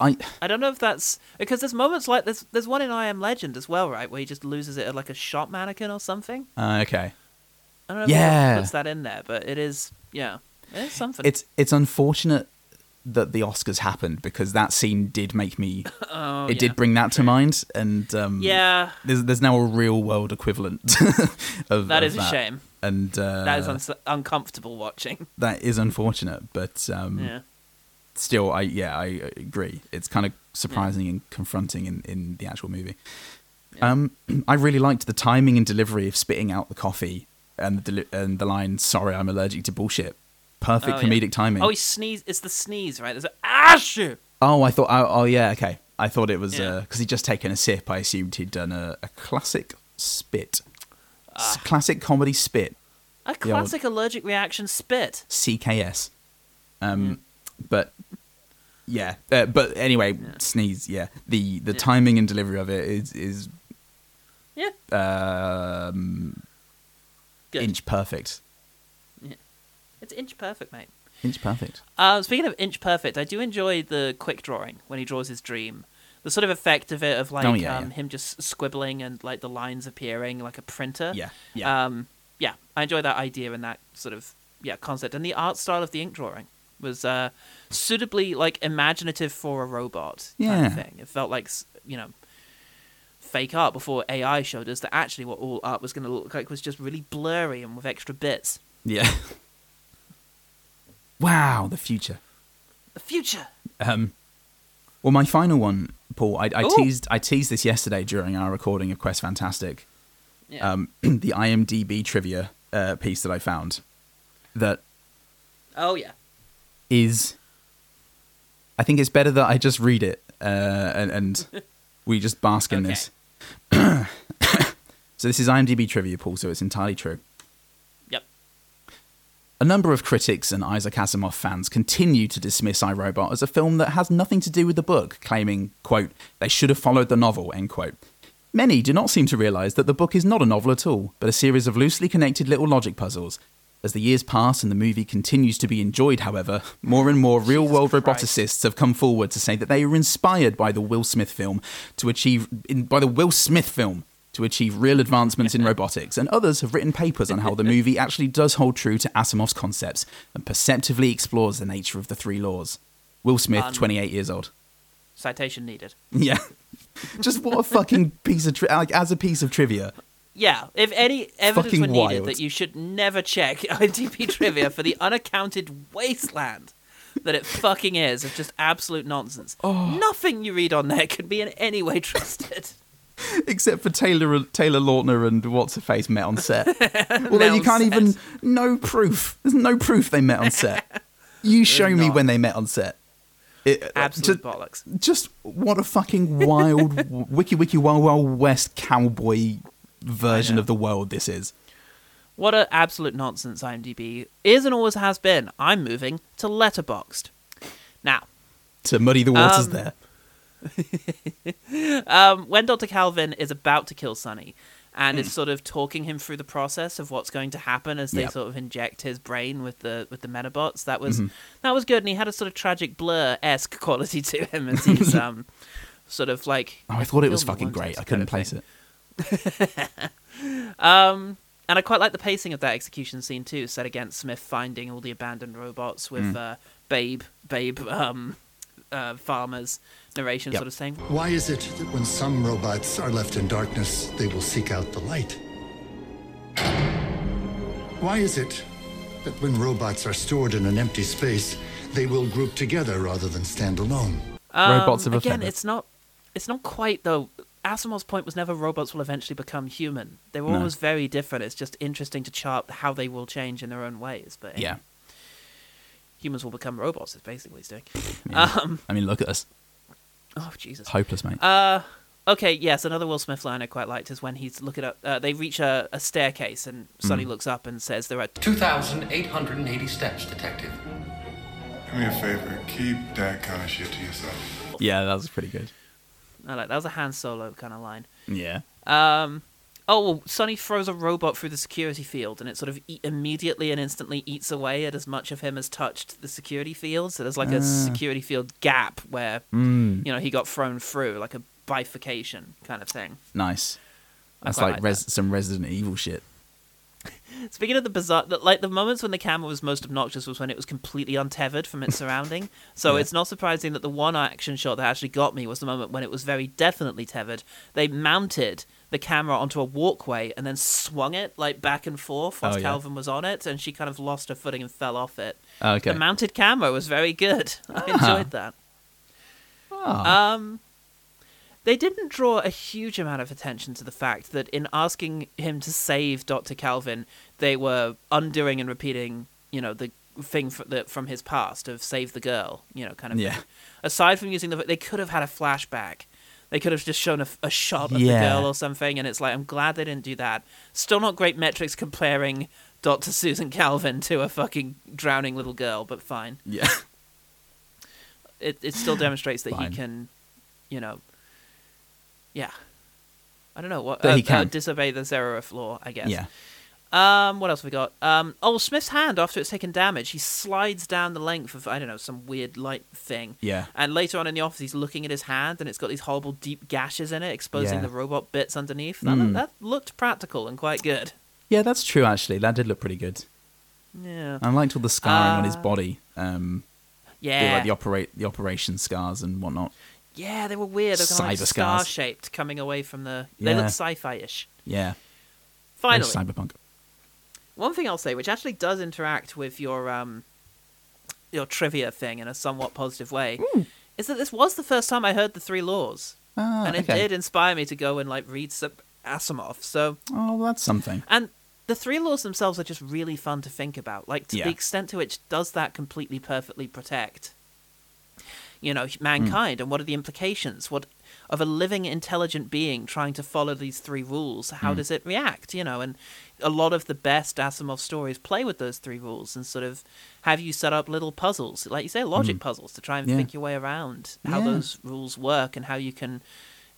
S2: I
S1: I don't know if that's because there's moments like there's there's one in I Am Legend as well, right, where he just loses it at like a shop mannequin or something.
S2: uh, okay.
S1: I don't know if
S2: Yeah.
S1: it puts that in there, but it is yeah, it is something.
S2: It's it's unfortunate that the Oscars happened because that scene did make me.
S1: Oh,
S2: it
S1: yeah.
S2: did bring that to mind, and um,
S1: Yeah.
S2: there's there's now a real world equivalent of
S1: That
S2: of
S1: is a shame.
S2: and uh,
S1: that is uns- uncomfortable watching.
S2: that is unfortunate, but um,
S1: Yeah.
S2: still, I yeah, I agree. It's kind of surprising and confronting in, in the actual movie. Um, I really liked the timing and delivery of spitting out the coffee and the deli- and the line "Sorry, I'm allergic to bullshit." Perfect
S1: Oh, yeah.
S2: comedic timing.
S1: Oh, he sneeze. It's the sneeze, right? There's a ah shoot.
S2: Oh, I thought. Oh, oh, yeah. Okay, I thought it was
S1: Yeah.
S2: because he'd just taken a sip. I assumed he'd done a, a classic spit,
S1: Ah.
S2: S- classic comedy spit,
S1: A
S2: The old-
S1: classic allergic reaction spit.
S2: CKS.
S1: Mm.
S2: Um, but yeah. Uh, but anyway, sneeze. Yeah. The the
S1: Yeah.
S2: timing and delivery of it is is
S1: Yeah.
S2: um,
S1: Good.
S2: inch perfect.
S1: Yeah. It's inch perfect, mate.
S2: Inch perfect.
S1: Um, speaking of inch perfect, I do enjoy the quick drawing when he draws his dream. The sort of effect of it of like
S2: Oh, yeah,
S1: um,
S2: yeah.
S1: him just squibbling and like the lines appearing like a printer.
S2: Yeah, yeah.
S1: Um, yeah, I enjoy that idea and that sort of yeah concept and the art style of the ink drawing was uh, suitably like imaginative for a robot kind of
S2: Yeah.
S1: thing. It felt like s- you know fake art before AI showed us that actually what all art was going to look like was just really blurry and with extra bits.
S2: Yeah. wow, the future.
S1: The future.
S2: Um, well, my final one, Paul. I, I
S1: Ooh.
S2: teased I teased this yesterday during our recording of Quest Fantastic.
S1: Yeah.
S2: Um, the IMDb trivia uh, piece that I found that
S1: Oh yeah.
S2: is, I think it's better that I just read it uh, and, and we just bask in this. so this is IMDb trivia, Paul. So it's entirely true.
S1: Yep.
S2: A number of critics and Isaac Asimov fans continue to dismiss iRobot as a film that has nothing to do with the book, claiming, quote, they should have followed the novel, end quote. Many do not seem to realise that the book is not a novel at all, but a series of loosely connected little logic puzzles. As the years pass and the movie continues to be enjoyed, however, more and more real world roboticists have come forward to say that they were inspired by the Will Smith film to achieve in, by the Will Smith film to achieve real advancements in robotics, and others have written papers on how the movie actually does hold true to Asimov's concepts and perceptively explores the nature of the three laws. Will Smith,
S1: Um,
S2: 28 years old.
S1: Citation needed.
S2: Yeah. Just what a fucking piece of tri- like as a piece of trivia.
S1: Yeah, if any evidence
S2: Fucking
S1: were needed
S2: wild.
S1: that you should never check IMDb trivia for the unaccounted wasteland that it fucking is of just absolute nonsense.
S2: Oh.
S1: Nothing you read on there could be in any way trusted.
S2: Except for Taylor Taylor Lautner and what's her face met on set.
S1: Met
S2: Although you
S1: on
S2: can't even no proof. There's no proof they met on set. You show me when they met on set. It, uh,
S1: Absolute
S2: just-
S1: bollocks.
S2: just what a fucking wild w- wiki wiki wild wild west cowboy version of the world this is.
S1: What a absolute nonsense IMDb is and always has been. I'm moving to Letterboxed. Now,
S2: To muddy the waters
S1: Um,
S2: there.
S1: um, when Dr. Calvin is about to kill Sonny and
S2: Hmm.
S1: is sort of talking him through the process of what's going to happen as they
S2: Yep. Mm-hmm.
S1: sort of inject his brain with the with the metabots, that was that was good and he had a sort of tragic blur esque quality to him as he's um sort of like
S2: Oh, I thought it was
S1: Kill me
S2: fucking
S1: once,
S2: great. I
S1: kind
S2: couldn't
S1: of thing.
S2: place it.
S1: Um, and I quite like the pacing of that execution scene too, set against Smith finding all the abandoned robots with
S2: Hmm.
S5: Mm.
S1: uh, Babe, Babe, um, uh, Farmer's narration
S5: Yep.
S1: sort of saying,
S5: Why is it that when some robots are left in darkness, they will seek out the light? Why is it that when robots are stored in an empty space, they will group together rather than stand alone?
S1: um,
S5: Robots of a
S1: again,
S5: feather.
S1: it's not, it's not quite though. Asimov's point was never robots will eventually become human. They were
S2: No.
S1: always very different. It's just interesting to chart how they will change in their own ways. But
S2: Yeah.
S1: humans will become robots. Is basically what he's doing.
S2: Yeah.
S1: Um,
S2: I mean, look at us.
S1: Oh Jesus!
S2: Hopeless, mate.
S1: Uh, okay, yes, another Will Smith line I quite liked is when he's looking up. Uh, they reach a, a staircase, and Sonny
S12: Mm.
S1: looks up and says, "There are
S12: 2,880 steps, Detective.
S6: Do me a favor, keep that kind of shit to yourself.
S2: Yeah, that was pretty good.
S1: I like that was a Han Solo kind of line.
S2: Yeah.
S1: Um, oh, well, Sonny throws a robot through the security field, and it sort of e- immediately and instantly eats away at as much of him as touched the security field. So there's like
S2: Ah.
S1: a security field gap where
S2: Mm.
S1: you know he got thrown through, like a bifurcation kind of thing.
S2: Nice.
S1: I
S2: That's
S1: quite
S2: like,
S1: like
S2: res- some Resident Evil shit.
S1: Speaking of the bizarre, the- like the moments when the camera was most obnoxious was when it was completely untethered from its surrounding. So
S2: Yeah.
S1: it's not surprising that the one action shot that actually got me was the moment when it was very definitely tethered. They mounted the camera onto a walkway and then swung it like back and forth
S2: Oh,
S1: whilst
S2: yeah.
S1: Calvin was on it, and she kind of lost her footing and fell off it.
S2: Oh, okay.
S1: The mounted camera was very good. I
S2: Ah.
S1: enjoyed that.
S2: Ah.
S1: Um, they didn't draw a huge amount of attention to the fact that in asking him to save Dr. Calvin, they were undoing and repeating, you know, the thing fr the, from his past of save the girl, you know, kind of.
S2: Yeah.
S1: thing. Aside from using the, they could have had a flashback. They could have just shown a, a shot of
S2: Yeah.
S1: the girl or something, and it's like I'm glad they didn't do that. Still not great metrics comparing Dr. Susan Calvin to a fucking drowning little girl, but fine
S2: Yeah.
S1: it, it still demonstrates that
S2: Fine.
S1: he can, you know, yeah. I don't know what
S2: That
S1: uh,
S2: he
S1: uh,
S2: can.
S1: disobey the Zerorith law, I guess.
S2: Yeah.
S1: Um, what else have we got? Um, oh, Smith's hand after it's taken damage, he slides down the length of I don't know some weird light thing.
S2: Yeah.
S1: And later on in the office, he's looking at his hand, and it's got these horrible deep gashes in it, exposing
S2: Yeah.
S1: the robot bits underneath. That,
S2: Mm.
S1: that looked practical and quite good.
S2: Yeah, that's true, actually. That did look pretty good.
S1: Yeah.
S2: I liked all the scarring on his
S1: Uh,
S2: body. Um, the-
S1: Yeah.
S2: like the, operate, the operation scars and whatnot.
S1: Yeah, they were weird. They're kind of
S2: Cyber
S1: like star
S2: scars.
S1: shaped coming away from the. They
S2: Yeah.
S1: look sci-fi ish.
S2: Yeah. Very
S1: Finally,
S2: Cyberpunk.
S1: One thing I'll say, which actually does interact with your um, your trivia thing in a somewhat positive way, is that this was the first time I heard the three laws,
S2: Ah,
S1: and it
S2: okay.
S1: did inspire me to go and like read some Asimov. So,
S2: Oh, well, that's something.
S1: and the three laws themselves are just really fun to think about. Like to
S2: Yeah.
S1: the extent to which does that completely perfectly protect, you know, mankind, and what are the implications? What of a living intelligent being trying to follow these three rules? How
S2: Mm.
S1: does it react? You know, and a lot of the best Asimov stories play with those three rules and sort of have you set up little puzzles, like you say, logic
S2: Mm.
S1: puzzles to try and
S2: Yeah.
S1: think your way around how
S2: Yeah.
S1: those rules work and how you can,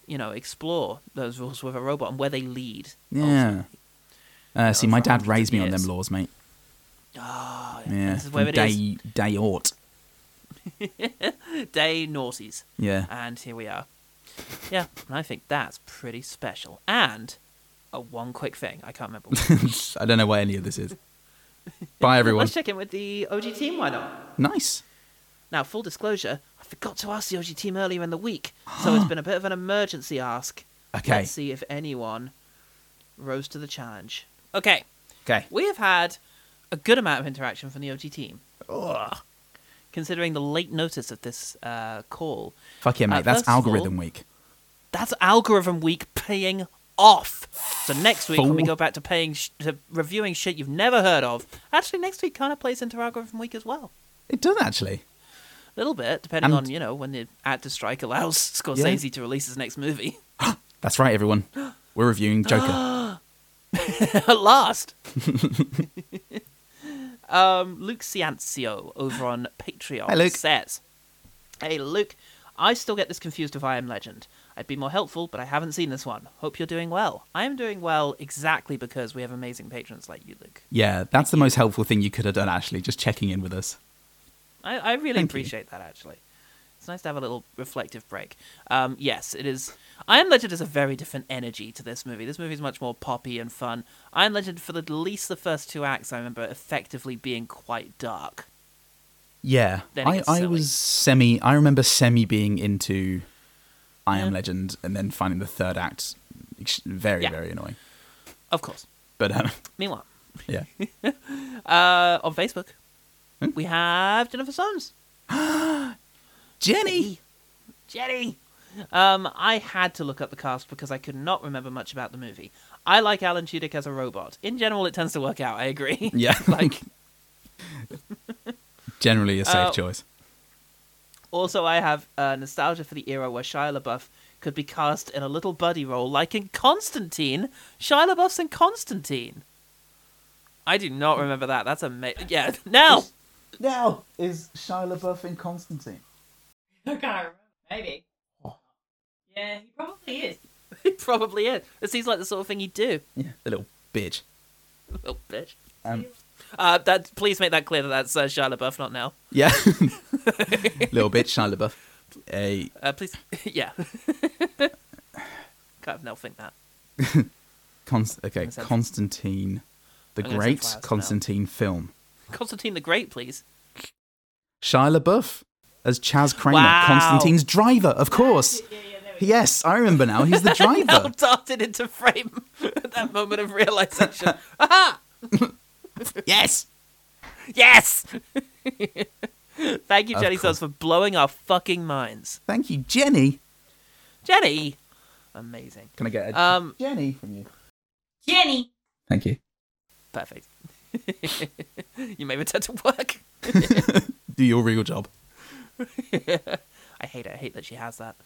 S1: you know, explore those rules with a robot and where they lead.
S2: Yeah. Uh, see, my dad raised me on them laws, mate.
S1: Oh,
S2: Yeah.
S1: this is where
S2: from
S1: it
S2: day,
S1: is.
S2: day aught.
S1: Day naughties.
S2: Yeah.
S1: And here we are. Yeah, and I think that's pretty special. And a one quick thing. I can't remember. what-
S2: I don't know what any of this is. Bye, everyone.
S1: Let's check in with the OG team, why not?
S2: Nice.
S1: Now, full disclosure, I forgot to ask the OG team earlier in the week, so it's been a bit of an emergency ask.
S2: Okay.
S1: Let's see if anyone rose to the challenge. Okay.
S2: Okay.
S1: We have had a good amount of interaction from the OG team. Ugh. Considering the late notice of this uh, call.
S2: Fuck yeah, mate.
S1: Uh,
S2: that's
S1: first of all-
S2: algorithm week.
S1: That's algorithm week paying off. So next week when we
S2: Fool.
S1: go back to paying sh- to reviewing shit you've never heard of. Actually, next week kind of plays into algorithm week as well.
S2: It does actually.
S1: A little bit, depending
S2: And-
S1: on you know when the actor strike allows Scorsese to release his next movie.
S2: That's right, everyone. We're reviewing Joker.
S1: At last. um, Luke Ciancio over on Patreon
S2: Hi, Luke.
S1: says, "Hey Luke, I still get this confused with I Am Legend. I'd be more helpful, but I haven't seen this one. Hope you're doing well. I am doing well exactly because we have amazing patrons like you, Luke.
S2: yeah, that's the most helpful thing you could have done, actually, just checking in with us.
S1: I, I really
S2: Thank you.
S1: appreciate that actually. It's nice to have a little reflective break. Um, yes, it is. Iron Legend is a very different energy to this movie. This movie is much more poppy and fun. Iron Legend, for at least the first two acts, I remember effectively being quite dark.
S2: Yeah.
S1: Then it
S2: I,
S1: gets
S2: I
S1: silly.
S2: was semi. I remember semi being into I Am Legend and then finding the third act ex- very,
S1: Yeah.
S2: very annoying.
S1: Of course.
S2: But um,
S1: Meanwhile,
S2: yeah.
S1: uh, on Facebook,
S2: Hmm?
S1: we have Jennifer Sons.
S2: Jenny!
S1: Jenny! Um, I had to look up the cast because I could not remember much about the movie. I like Alan Tudyk as a robot. In general, it tends to work out. I agree.
S2: Yeah.
S1: like
S2: Generally a safe
S1: Uh,
S2: choice.
S1: Also, I have uh, nostalgia for the era where Shia LaBeouf could be cast in a little buddy role, like in Constantine. Shia LaBeouf's in Constantine. I do not remember that. That's amazing. Yeah, now
S2: Now, is Shia LaBeouf in Constantine?
S13: I can't remember. Maybe. Yeah, he probably is.
S1: It probably is. It seems like the sort of thing he'd do.
S2: Yeah, the little bitch.
S1: Little bitch.
S2: Um,
S1: Uh, that please make that clear that that's uh, Shia LaBeouf, not Nell.
S2: yeah, little bitch, Shia LaBeouf. Hey,
S1: Uh, please, yeah. Can't have Nell think that.
S2: Const- okay,
S1: sense.
S2: Constantine, the
S1: I'm gonna send
S2: Great
S1: flowers to
S2: Constantine film.
S1: Constantine the Great, please.
S2: Shia LaBeouf as Chaz Kramer,
S1: Wow.
S2: Constantine's driver, of course. Yes, I remember now. He's the
S1: Nell
S2: driver.
S1: darted into frame at that moment of realization. Aha!
S2: yes.
S1: Yes. Thank you,
S2: Of
S1: Jenny Sons,
S2: course.
S1: for blowing our fucking minds.
S2: Thank you, Jenny.
S1: Jenny. Amazing.
S2: Can I get a
S1: Um,
S2: Jenny from you?
S13: Jenny.
S2: Thank you.
S1: Perfect. you may return to work.
S2: Do your real job.
S1: I hate it. I hate that she has that.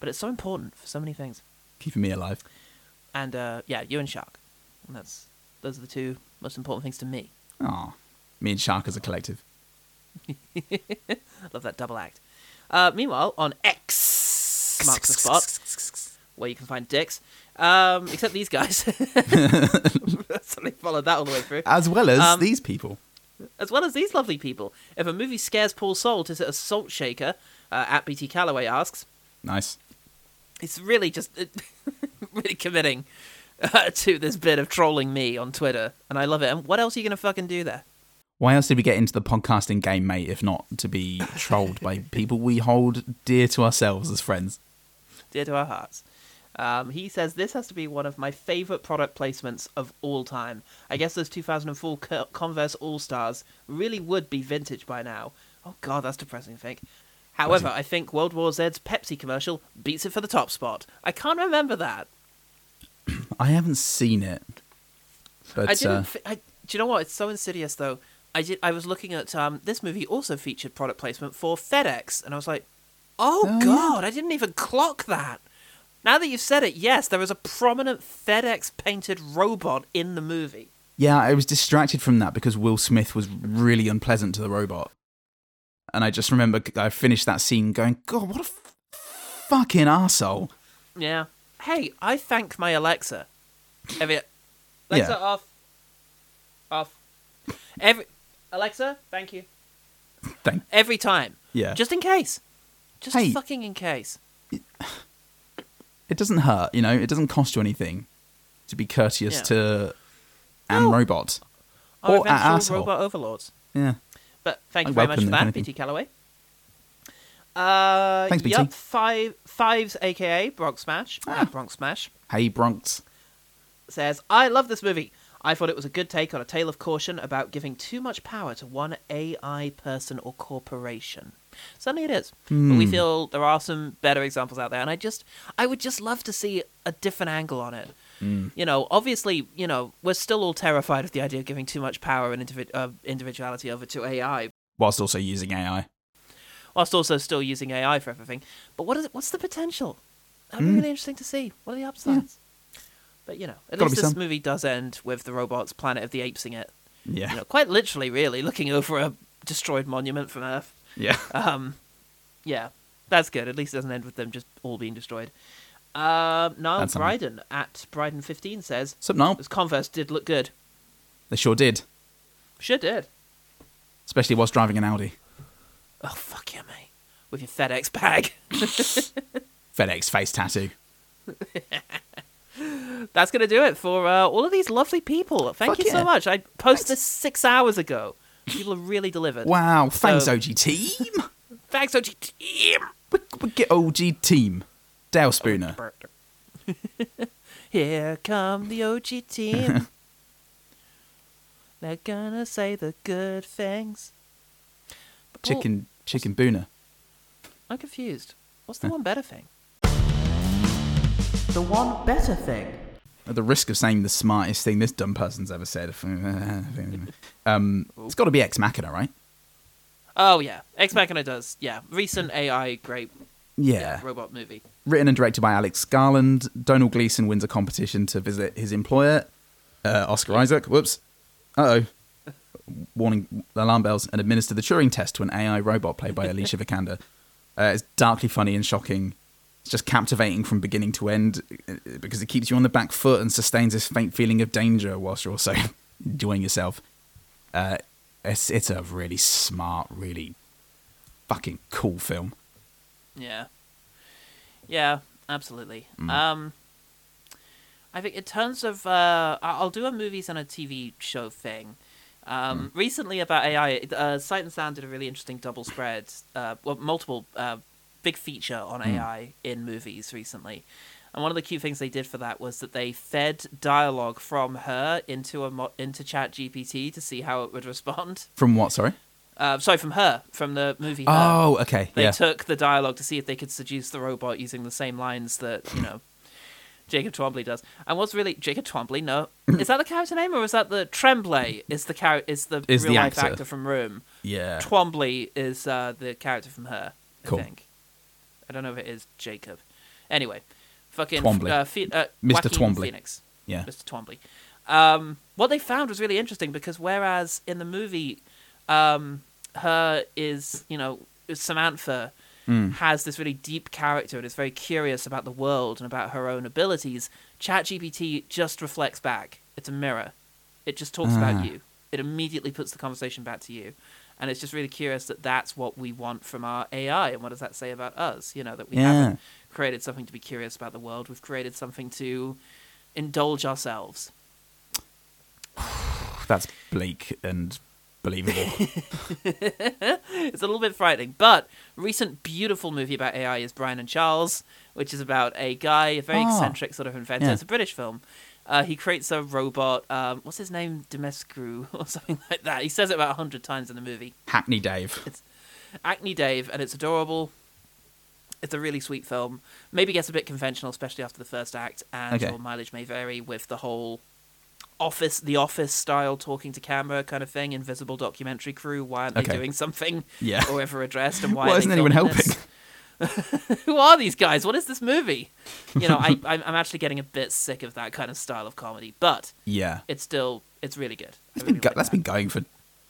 S1: But it's so important for so many things.
S2: Keeping me alive.
S1: And uh, yeah, you and Shark. And that's those are the two most important things to me.
S2: Aw. Me and Shark as a collective.
S1: Love that double act. Uh, meanwhile, on X marks the spot where you can find dicks. Um, except these guys. Suddenly followed that all the way through.
S2: As well as
S1: Um,
S2: these people.
S1: as well as these lovely people. If a movie scares Paul Solt, is it a salt shaker? Uh, at BT Calloway asks.
S2: Nice.
S1: It's really just really committing uh, to this bit of trolling me on Twitter, and I love it. And what else are you gonna fucking do there?
S2: Why else did we get into the podcasting game, mate, if not to be trolled by people we hold dear to ourselves as friends?
S1: dear to our hearts. Um, he says this has to be one of my favorite product placements of all time. I guess those 2004 Co- Converse All Stars really would be vintage by now. Oh god, that's depressing. to Think. However, I think World War Z's Pepsi commercial beats it for the top spot. I can't remember that.
S2: I haven't seen it. But
S1: I didn't.
S2: uh,
S1: fi- I, do you know what? It's so insidious, though. I did. I was looking at um, this movie also featured product placement for FedEx, and I was like, "Oh, God, I didn't even clock that." Now that you've said it, yes, there is a prominent FedEx painted robot in the movie.
S2: yeah, I was distracted from that because Will Smith was really unpleasant to the robot. And I just remember I finished that scene going, God, what a f- fucking arsehole.
S1: Yeah. Hey, I thank my Alexa. Every Alexa
S2: Yeah.
S1: off. Off. Every Alexa, thank you.
S2: Thank-
S1: Every time.
S2: Yeah.
S1: Just in case. Just
S2: Hey.
S1: fucking in case.
S2: It doesn't hurt, you know, it doesn't cost you anything to be courteous
S1: Yeah.
S2: to an robot.
S1: Our
S2: or an
S1: eventual
S2: asshole.
S1: robot overlords.
S2: Yeah.
S1: But thank you
S2: I
S1: very much
S2: welcome
S1: for
S2: them, if
S1: that,
S2: anything.
S1: BT Calloway. Uh,
S2: Thanks, Ah. BT.
S1: Yup, five, Fives, aka Bronx Smash, at Bronx Smash,
S2: Hey, Bronx.
S1: says, I love this movie. I thought it was a good take on a tale of caution about giving too much power to one AI person or corporation. Certainly it is. But we
S2: Hmm.
S1: feel there are some better examples out there, and I just, I would just love to see a different angle on it.
S2: Mm.
S1: You know, obviously, you know, we're still all terrified of the idea of giving too much power and individ- uh, individuality over to AI,
S2: Whilst also using AI.
S1: whilst also still using AI for everything. But what is it, what's the potential? That'd be
S2: Mm.
S1: really interesting to see. What are the upsides? But you know, at
S2: Gotta
S1: least
S2: be
S1: this
S2: some.
S1: movie does end with the robots Planet of the Apesing it.
S2: Yeah.
S1: You know, quite literally, really, looking over a destroyed monument from Earth.
S2: Yeah.
S1: Um, yeah, that's good. At least it doesn't end with them just all being destroyed. Um, Niall
S2: That's something.
S1: Bryden at Bryden15 says,
S2: Sup, Niall?
S1: This Converse did look good.
S2: They sure did.
S1: Sure did.
S2: Especially whilst driving an Audi.
S1: Oh, fuck yeah, mate. With your FedEx bag.
S2: FedEx face tattoo.
S1: That's going to do it for uh, all of these lovely people. Thank
S2: Fuck
S1: you
S2: yeah.
S1: so much. I posted this six hours ago. People have really delivered.
S2: Wow,
S1: So-
S2: thanks, OG team.
S1: Thanks, OG team.
S2: We get OG team. Dale Spooner.
S1: Oh, Here come the OG team. They're going to say the good things. But Paul,
S2: Chicken, chicken Booner.
S1: I'm confused. What's the one better thing? The one better thing.
S2: At the risk of saying the smartest thing this dumb person's ever said. um, it's got to be Ex Machina, right?
S1: Oh, yeah. Ex Machina does. Yeah. Recent AI great
S2: Yeah.
S1: robot movie.
S2: Written and directed by Alex Garland. Donald Gleason wins a competition to visit his employer, uh, Oscar Isaac. Whoops. Uh oh. Warning alarm bells and administer the Turing test to an AI robot played by Alicia Vikander. Uh, it's darkly funny and shocking It's just captivating from beginning to end uh, because it keeps you on the back foot and sustains this faint feeling of danger whilst you're also enjoying yourself. Uh, it's it's a really smart, really fucking cool film.
S1: Yeah. Yeah, absolutely.
S2: Mm.
S1: Um I think in terms of uh I- I'll do a movies and a TV show thing. Um recently about AI, uh Sight and Sound did a really interesting double spread uh well multiple uh big feature on
S13: Mm.
S1: AI in movies recently. And one of the cute things they did for that was that they fed dialogue from her into a mo- into Chat GPT to see how it would respond.
S2: From what? Sorry.
S1: Uh, sorry, from her, from the movie. Her.
S2: Oh, okay,
S1: They
S2: yeah.
S1: took the dialogue to see if they could seduce the robot using the same lines that you know Jacob Tremblay does. And what's really Jacob Tremblay? No, is that the character name or is that the Tremblay? Is the char- is the
S2: Is the
S1: real life
S2: actor.
S1: actor from Room?
S2: Yeah.
S1: Tremblay is uh, the character from her. I
S2: Cool.
S1: think. I don't know if it is Jacob. Anyway, fucking
S2: Twombly.
S1: Uh, Fe- uh,
S2: Mr.
S1: Joaquin
S2: Twombly.
S1: Phoenix.
S2: Yeah.
S1: Mr. Twombly. Um, what they found was really interesting because whereas in the movie, um, her is you know Samantha
S13: Mm.
S1: has this really deep character and is very curious about the world and about her own abilities. ChatGPT just reflects back. It's a mirror. It just talks
S13: Ah.
S1: about you. It immediately puts the conversation back to you. And it's just really curious that that's what we want from our AI. And what does that say about us? You know, that we
S2: Yeah.
S1: haven't created something to be curious about the world. We've created something to indulge ourselves.
S2: That's bleak and believable.
S1: it's a little bit frightening. But recent beautiful movie about AI is Brian and Charles, which is about a guy, a very
S13: Ah.
S1: eccentric sort of inventor.
S13: Yeah.
S1: It's a British film. Uh, he creates a robot. Um, what's his name? Demescu or something like that. He says it about hundred times in the movie.
S2: Hackney Dave.
S1: Acne Dave, and it's adorable. It's a really sweet film. Maybe gets a bit conventional, especially after the first act, and
S2: Okay.
S1: your mileage may vary with the whole office, the office style talking to camera kind of thing, invisible documentary crew. Why aren't
S2: Okay.
S1: they doing something?
S2: Yeah.
S1: Or ever addressed, and why,
S2: Why
S1: are they
S2: isn't anyone
S1: filming
S2: helping?
S1: this? Who are these guys? What is this movie? You know, I, I'm I'm actually getting a bit sick of that kind of style of comedy, but
S2: Yeah.
S1: it's still it's really good.
S2: That's been, go- that's been going for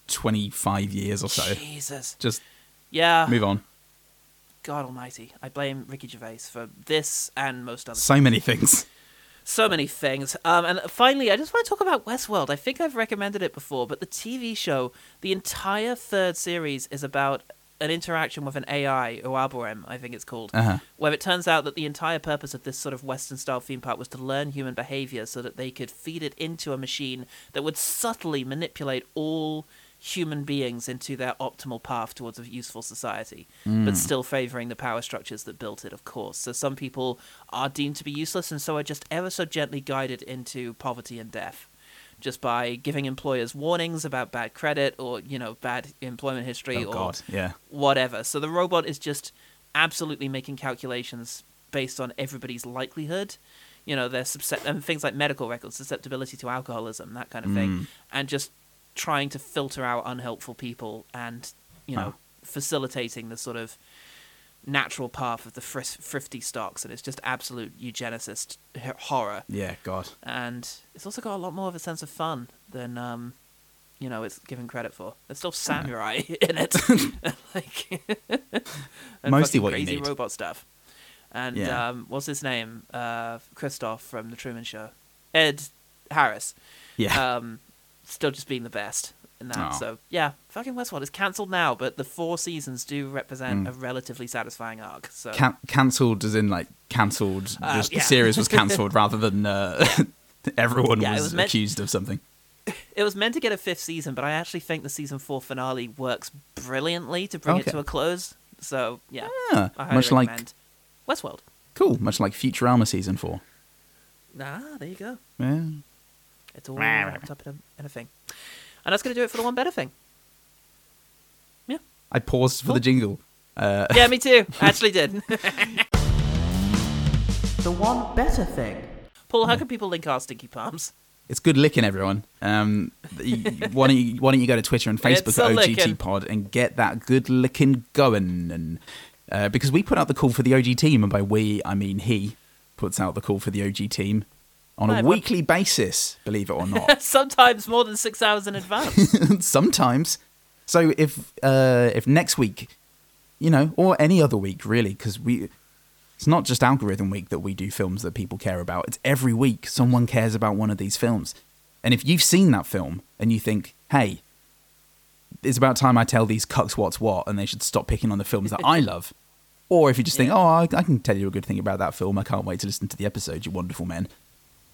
S2: 25 years or so.
S1: Jesus.
S2: Just
S1: Yeah.
S2: move on.
S1: God Almighty! I blame Ricky Gervais for this and most other
S2: So many things.
S1: so many things. Um, and finally, I just want to talk about Westworld. I think I've recommended it before, but the TV show, the entire third series is about an interaction with an AI, or Arborem, I think it's called,
S13: Uh-huh.
S1: where it turns out that the entire purpose of this sort of Western style theme park was to learn human behavior so that they could feed it into a machine that would subtly manipulate all human beings into their optimal path towards a useful society, but
S2: Hmm.
S13: Mm.
S1: still favoring the power structures that built it, of course. So some people are deemed to be useless and so are just ever so gently guided into poverty and death. Just by giving employers warnings about bad credit or, you know, bad employment history
S2: Oh,
S1: or
S2: God, yeah.
S1: whatever. So the robot is just absolutely making calculations based on everybody's likelihood. You know, their suscept- and things like medical records, susceptibility to alcoholism, that kind of
S2: Mm.
S1: thing, and just trying to filter out unhelpful people and you know
S2: Wow.
S1: facilitating the sort of natural path of the fris- thrifty stocks, and it's just absolute eugenicist h- horror
S2: Yeah, God.
S1: and it's also got a lot more of a sense of fun than um you know it's given credit for there's still samurai in it like and
S2: Mostly
S1: fucking
S2: what you
S1: crazy
S2: need.
S1: robot stuff and
S2: Yeah.
S1: um what's his name uh christoph from the truman show ed harris
S2: Yeah.
S1: um still just being the best in that
S2: Aw.
S1: so yeah fucking westworld is cancelled now but the four seasons do represent
S2: Mm.
S1: a relatively satisfying arc so
S2: Can- cancelled as in like cancelled.
S1: Uh,
S2: just
S1: yeah.
S2: the series was cancelled rather than uh, everyone
S1: Yeah, it
S2: was,
S1: was meant-
S2: accused of something.
S1: it was meant to get a fifth season, but I actually think the season four finale works brilliantly to bring
S2: Okay.
S1: it to a close. So yeah,
S2: Yeah,
S1: I highly
S2: much like-
S1: recommend. Westworld.
S2: Cool. Much like Futurama season four.
S1: Ah, there you go.
S2: Yeah.
S1: It's all
S2: Rah, rah,
S1: wrapped up in a, in a thing, and that's gonna do it for the one better thing.
S2: I paused for the jingle. Uh,
S1: Yeah, me too. actually did. the one better thing. Paul, how can people link our stinky palms?
S2: It's good licking, everyone. Um, y- why don't you why don't you go to Twitter and
S1: It's
S2: Facebook
S1: a
S2: at OGT
S1: licking.
S2: Pod and get that good licking going? And uh, because we put out the call for the OG team, and by we I mean he puts out the call for the OG team on
S1: Right,
S2: a
S1: what-
S2: weekly basis. Believe it or not,
S1: Sometimes more than six hours in advance.
S2: sometimes. So if uh, if next week, you know, or any other week really, because we It's not just algorithm week that we do films that people care about. It's every week someone cares about one of these films. And if you've seen that film and you think, hey, it's about time I tell these cucks what's what and they should stop picking on the films that I love. Or if you just think, oh, I, I can tell you a good thing about that film. I can't wait to listen to the episode, you wonderful men.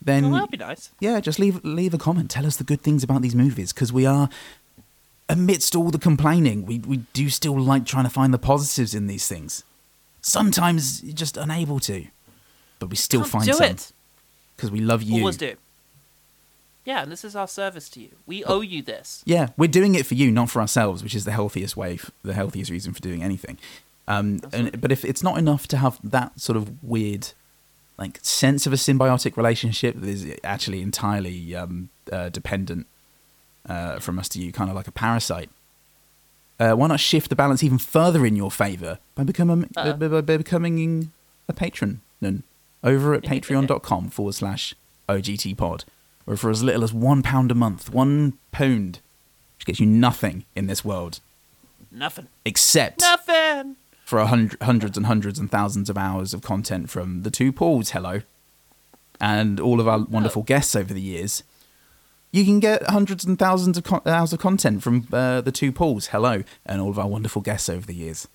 S2: Then
S1: Well, that'd be nice.
S2: yeah, just leave leave a comment. Tell us the good things about these movies because we are, amidst all the complaining, we we do still like trying to find the positives in these things. Sometimes you're just unable to, but we still
S1: Can't
S2: find
S1: do
S2: some
S1: it.
S2: because we love you.
S1: Always do. Yeah, and this is our service to you. We owe you this.
S2: Yeah, we're doing it for you, not for ourselves, which is the healthiest way, f- the healthiest reason for doing anything. Um, and, but if it's not enough to have that sort of weird, like sense of a symbiotic relationship that is actually entirely um, uh, dependent uh, from us to you, kind of like a parasite. Uh, why not shift the balance even further in your favor by becoming
S1: Uh-oh.
S2: by, by- by becoming a patron nun over at patreon.com forward slash OGT pod, or for as little as one pound a month, one pound, which gets you nothing in this world
S1: Nothing.
S2: except
S1: Nothing.
S2: for a hundred, hundreds and hundreds and thousands of hours of content from the two Pauls, hello, and all of our wonderful guests over the years. You can get hundreds and thousands of con- hours of content from uh, the two Pauls, hello, and all of our wonderful guests over the years.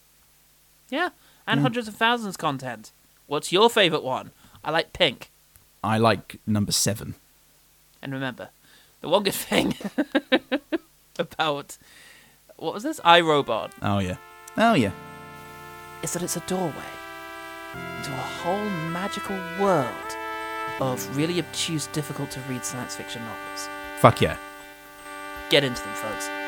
S1: Yeah, and hundreds of thousands content. What's your favorite one? I like pink.
S2: I like number seven.
S1: And remember, the one good thing about what was this iRobot
S2: Oh yeah, oh yeah.
S1: is that it's a doorway into a whole magical world of really obtuse, difficult to read science fiction novels.
S2: Fuck yeah.
S1: Get into them, folks.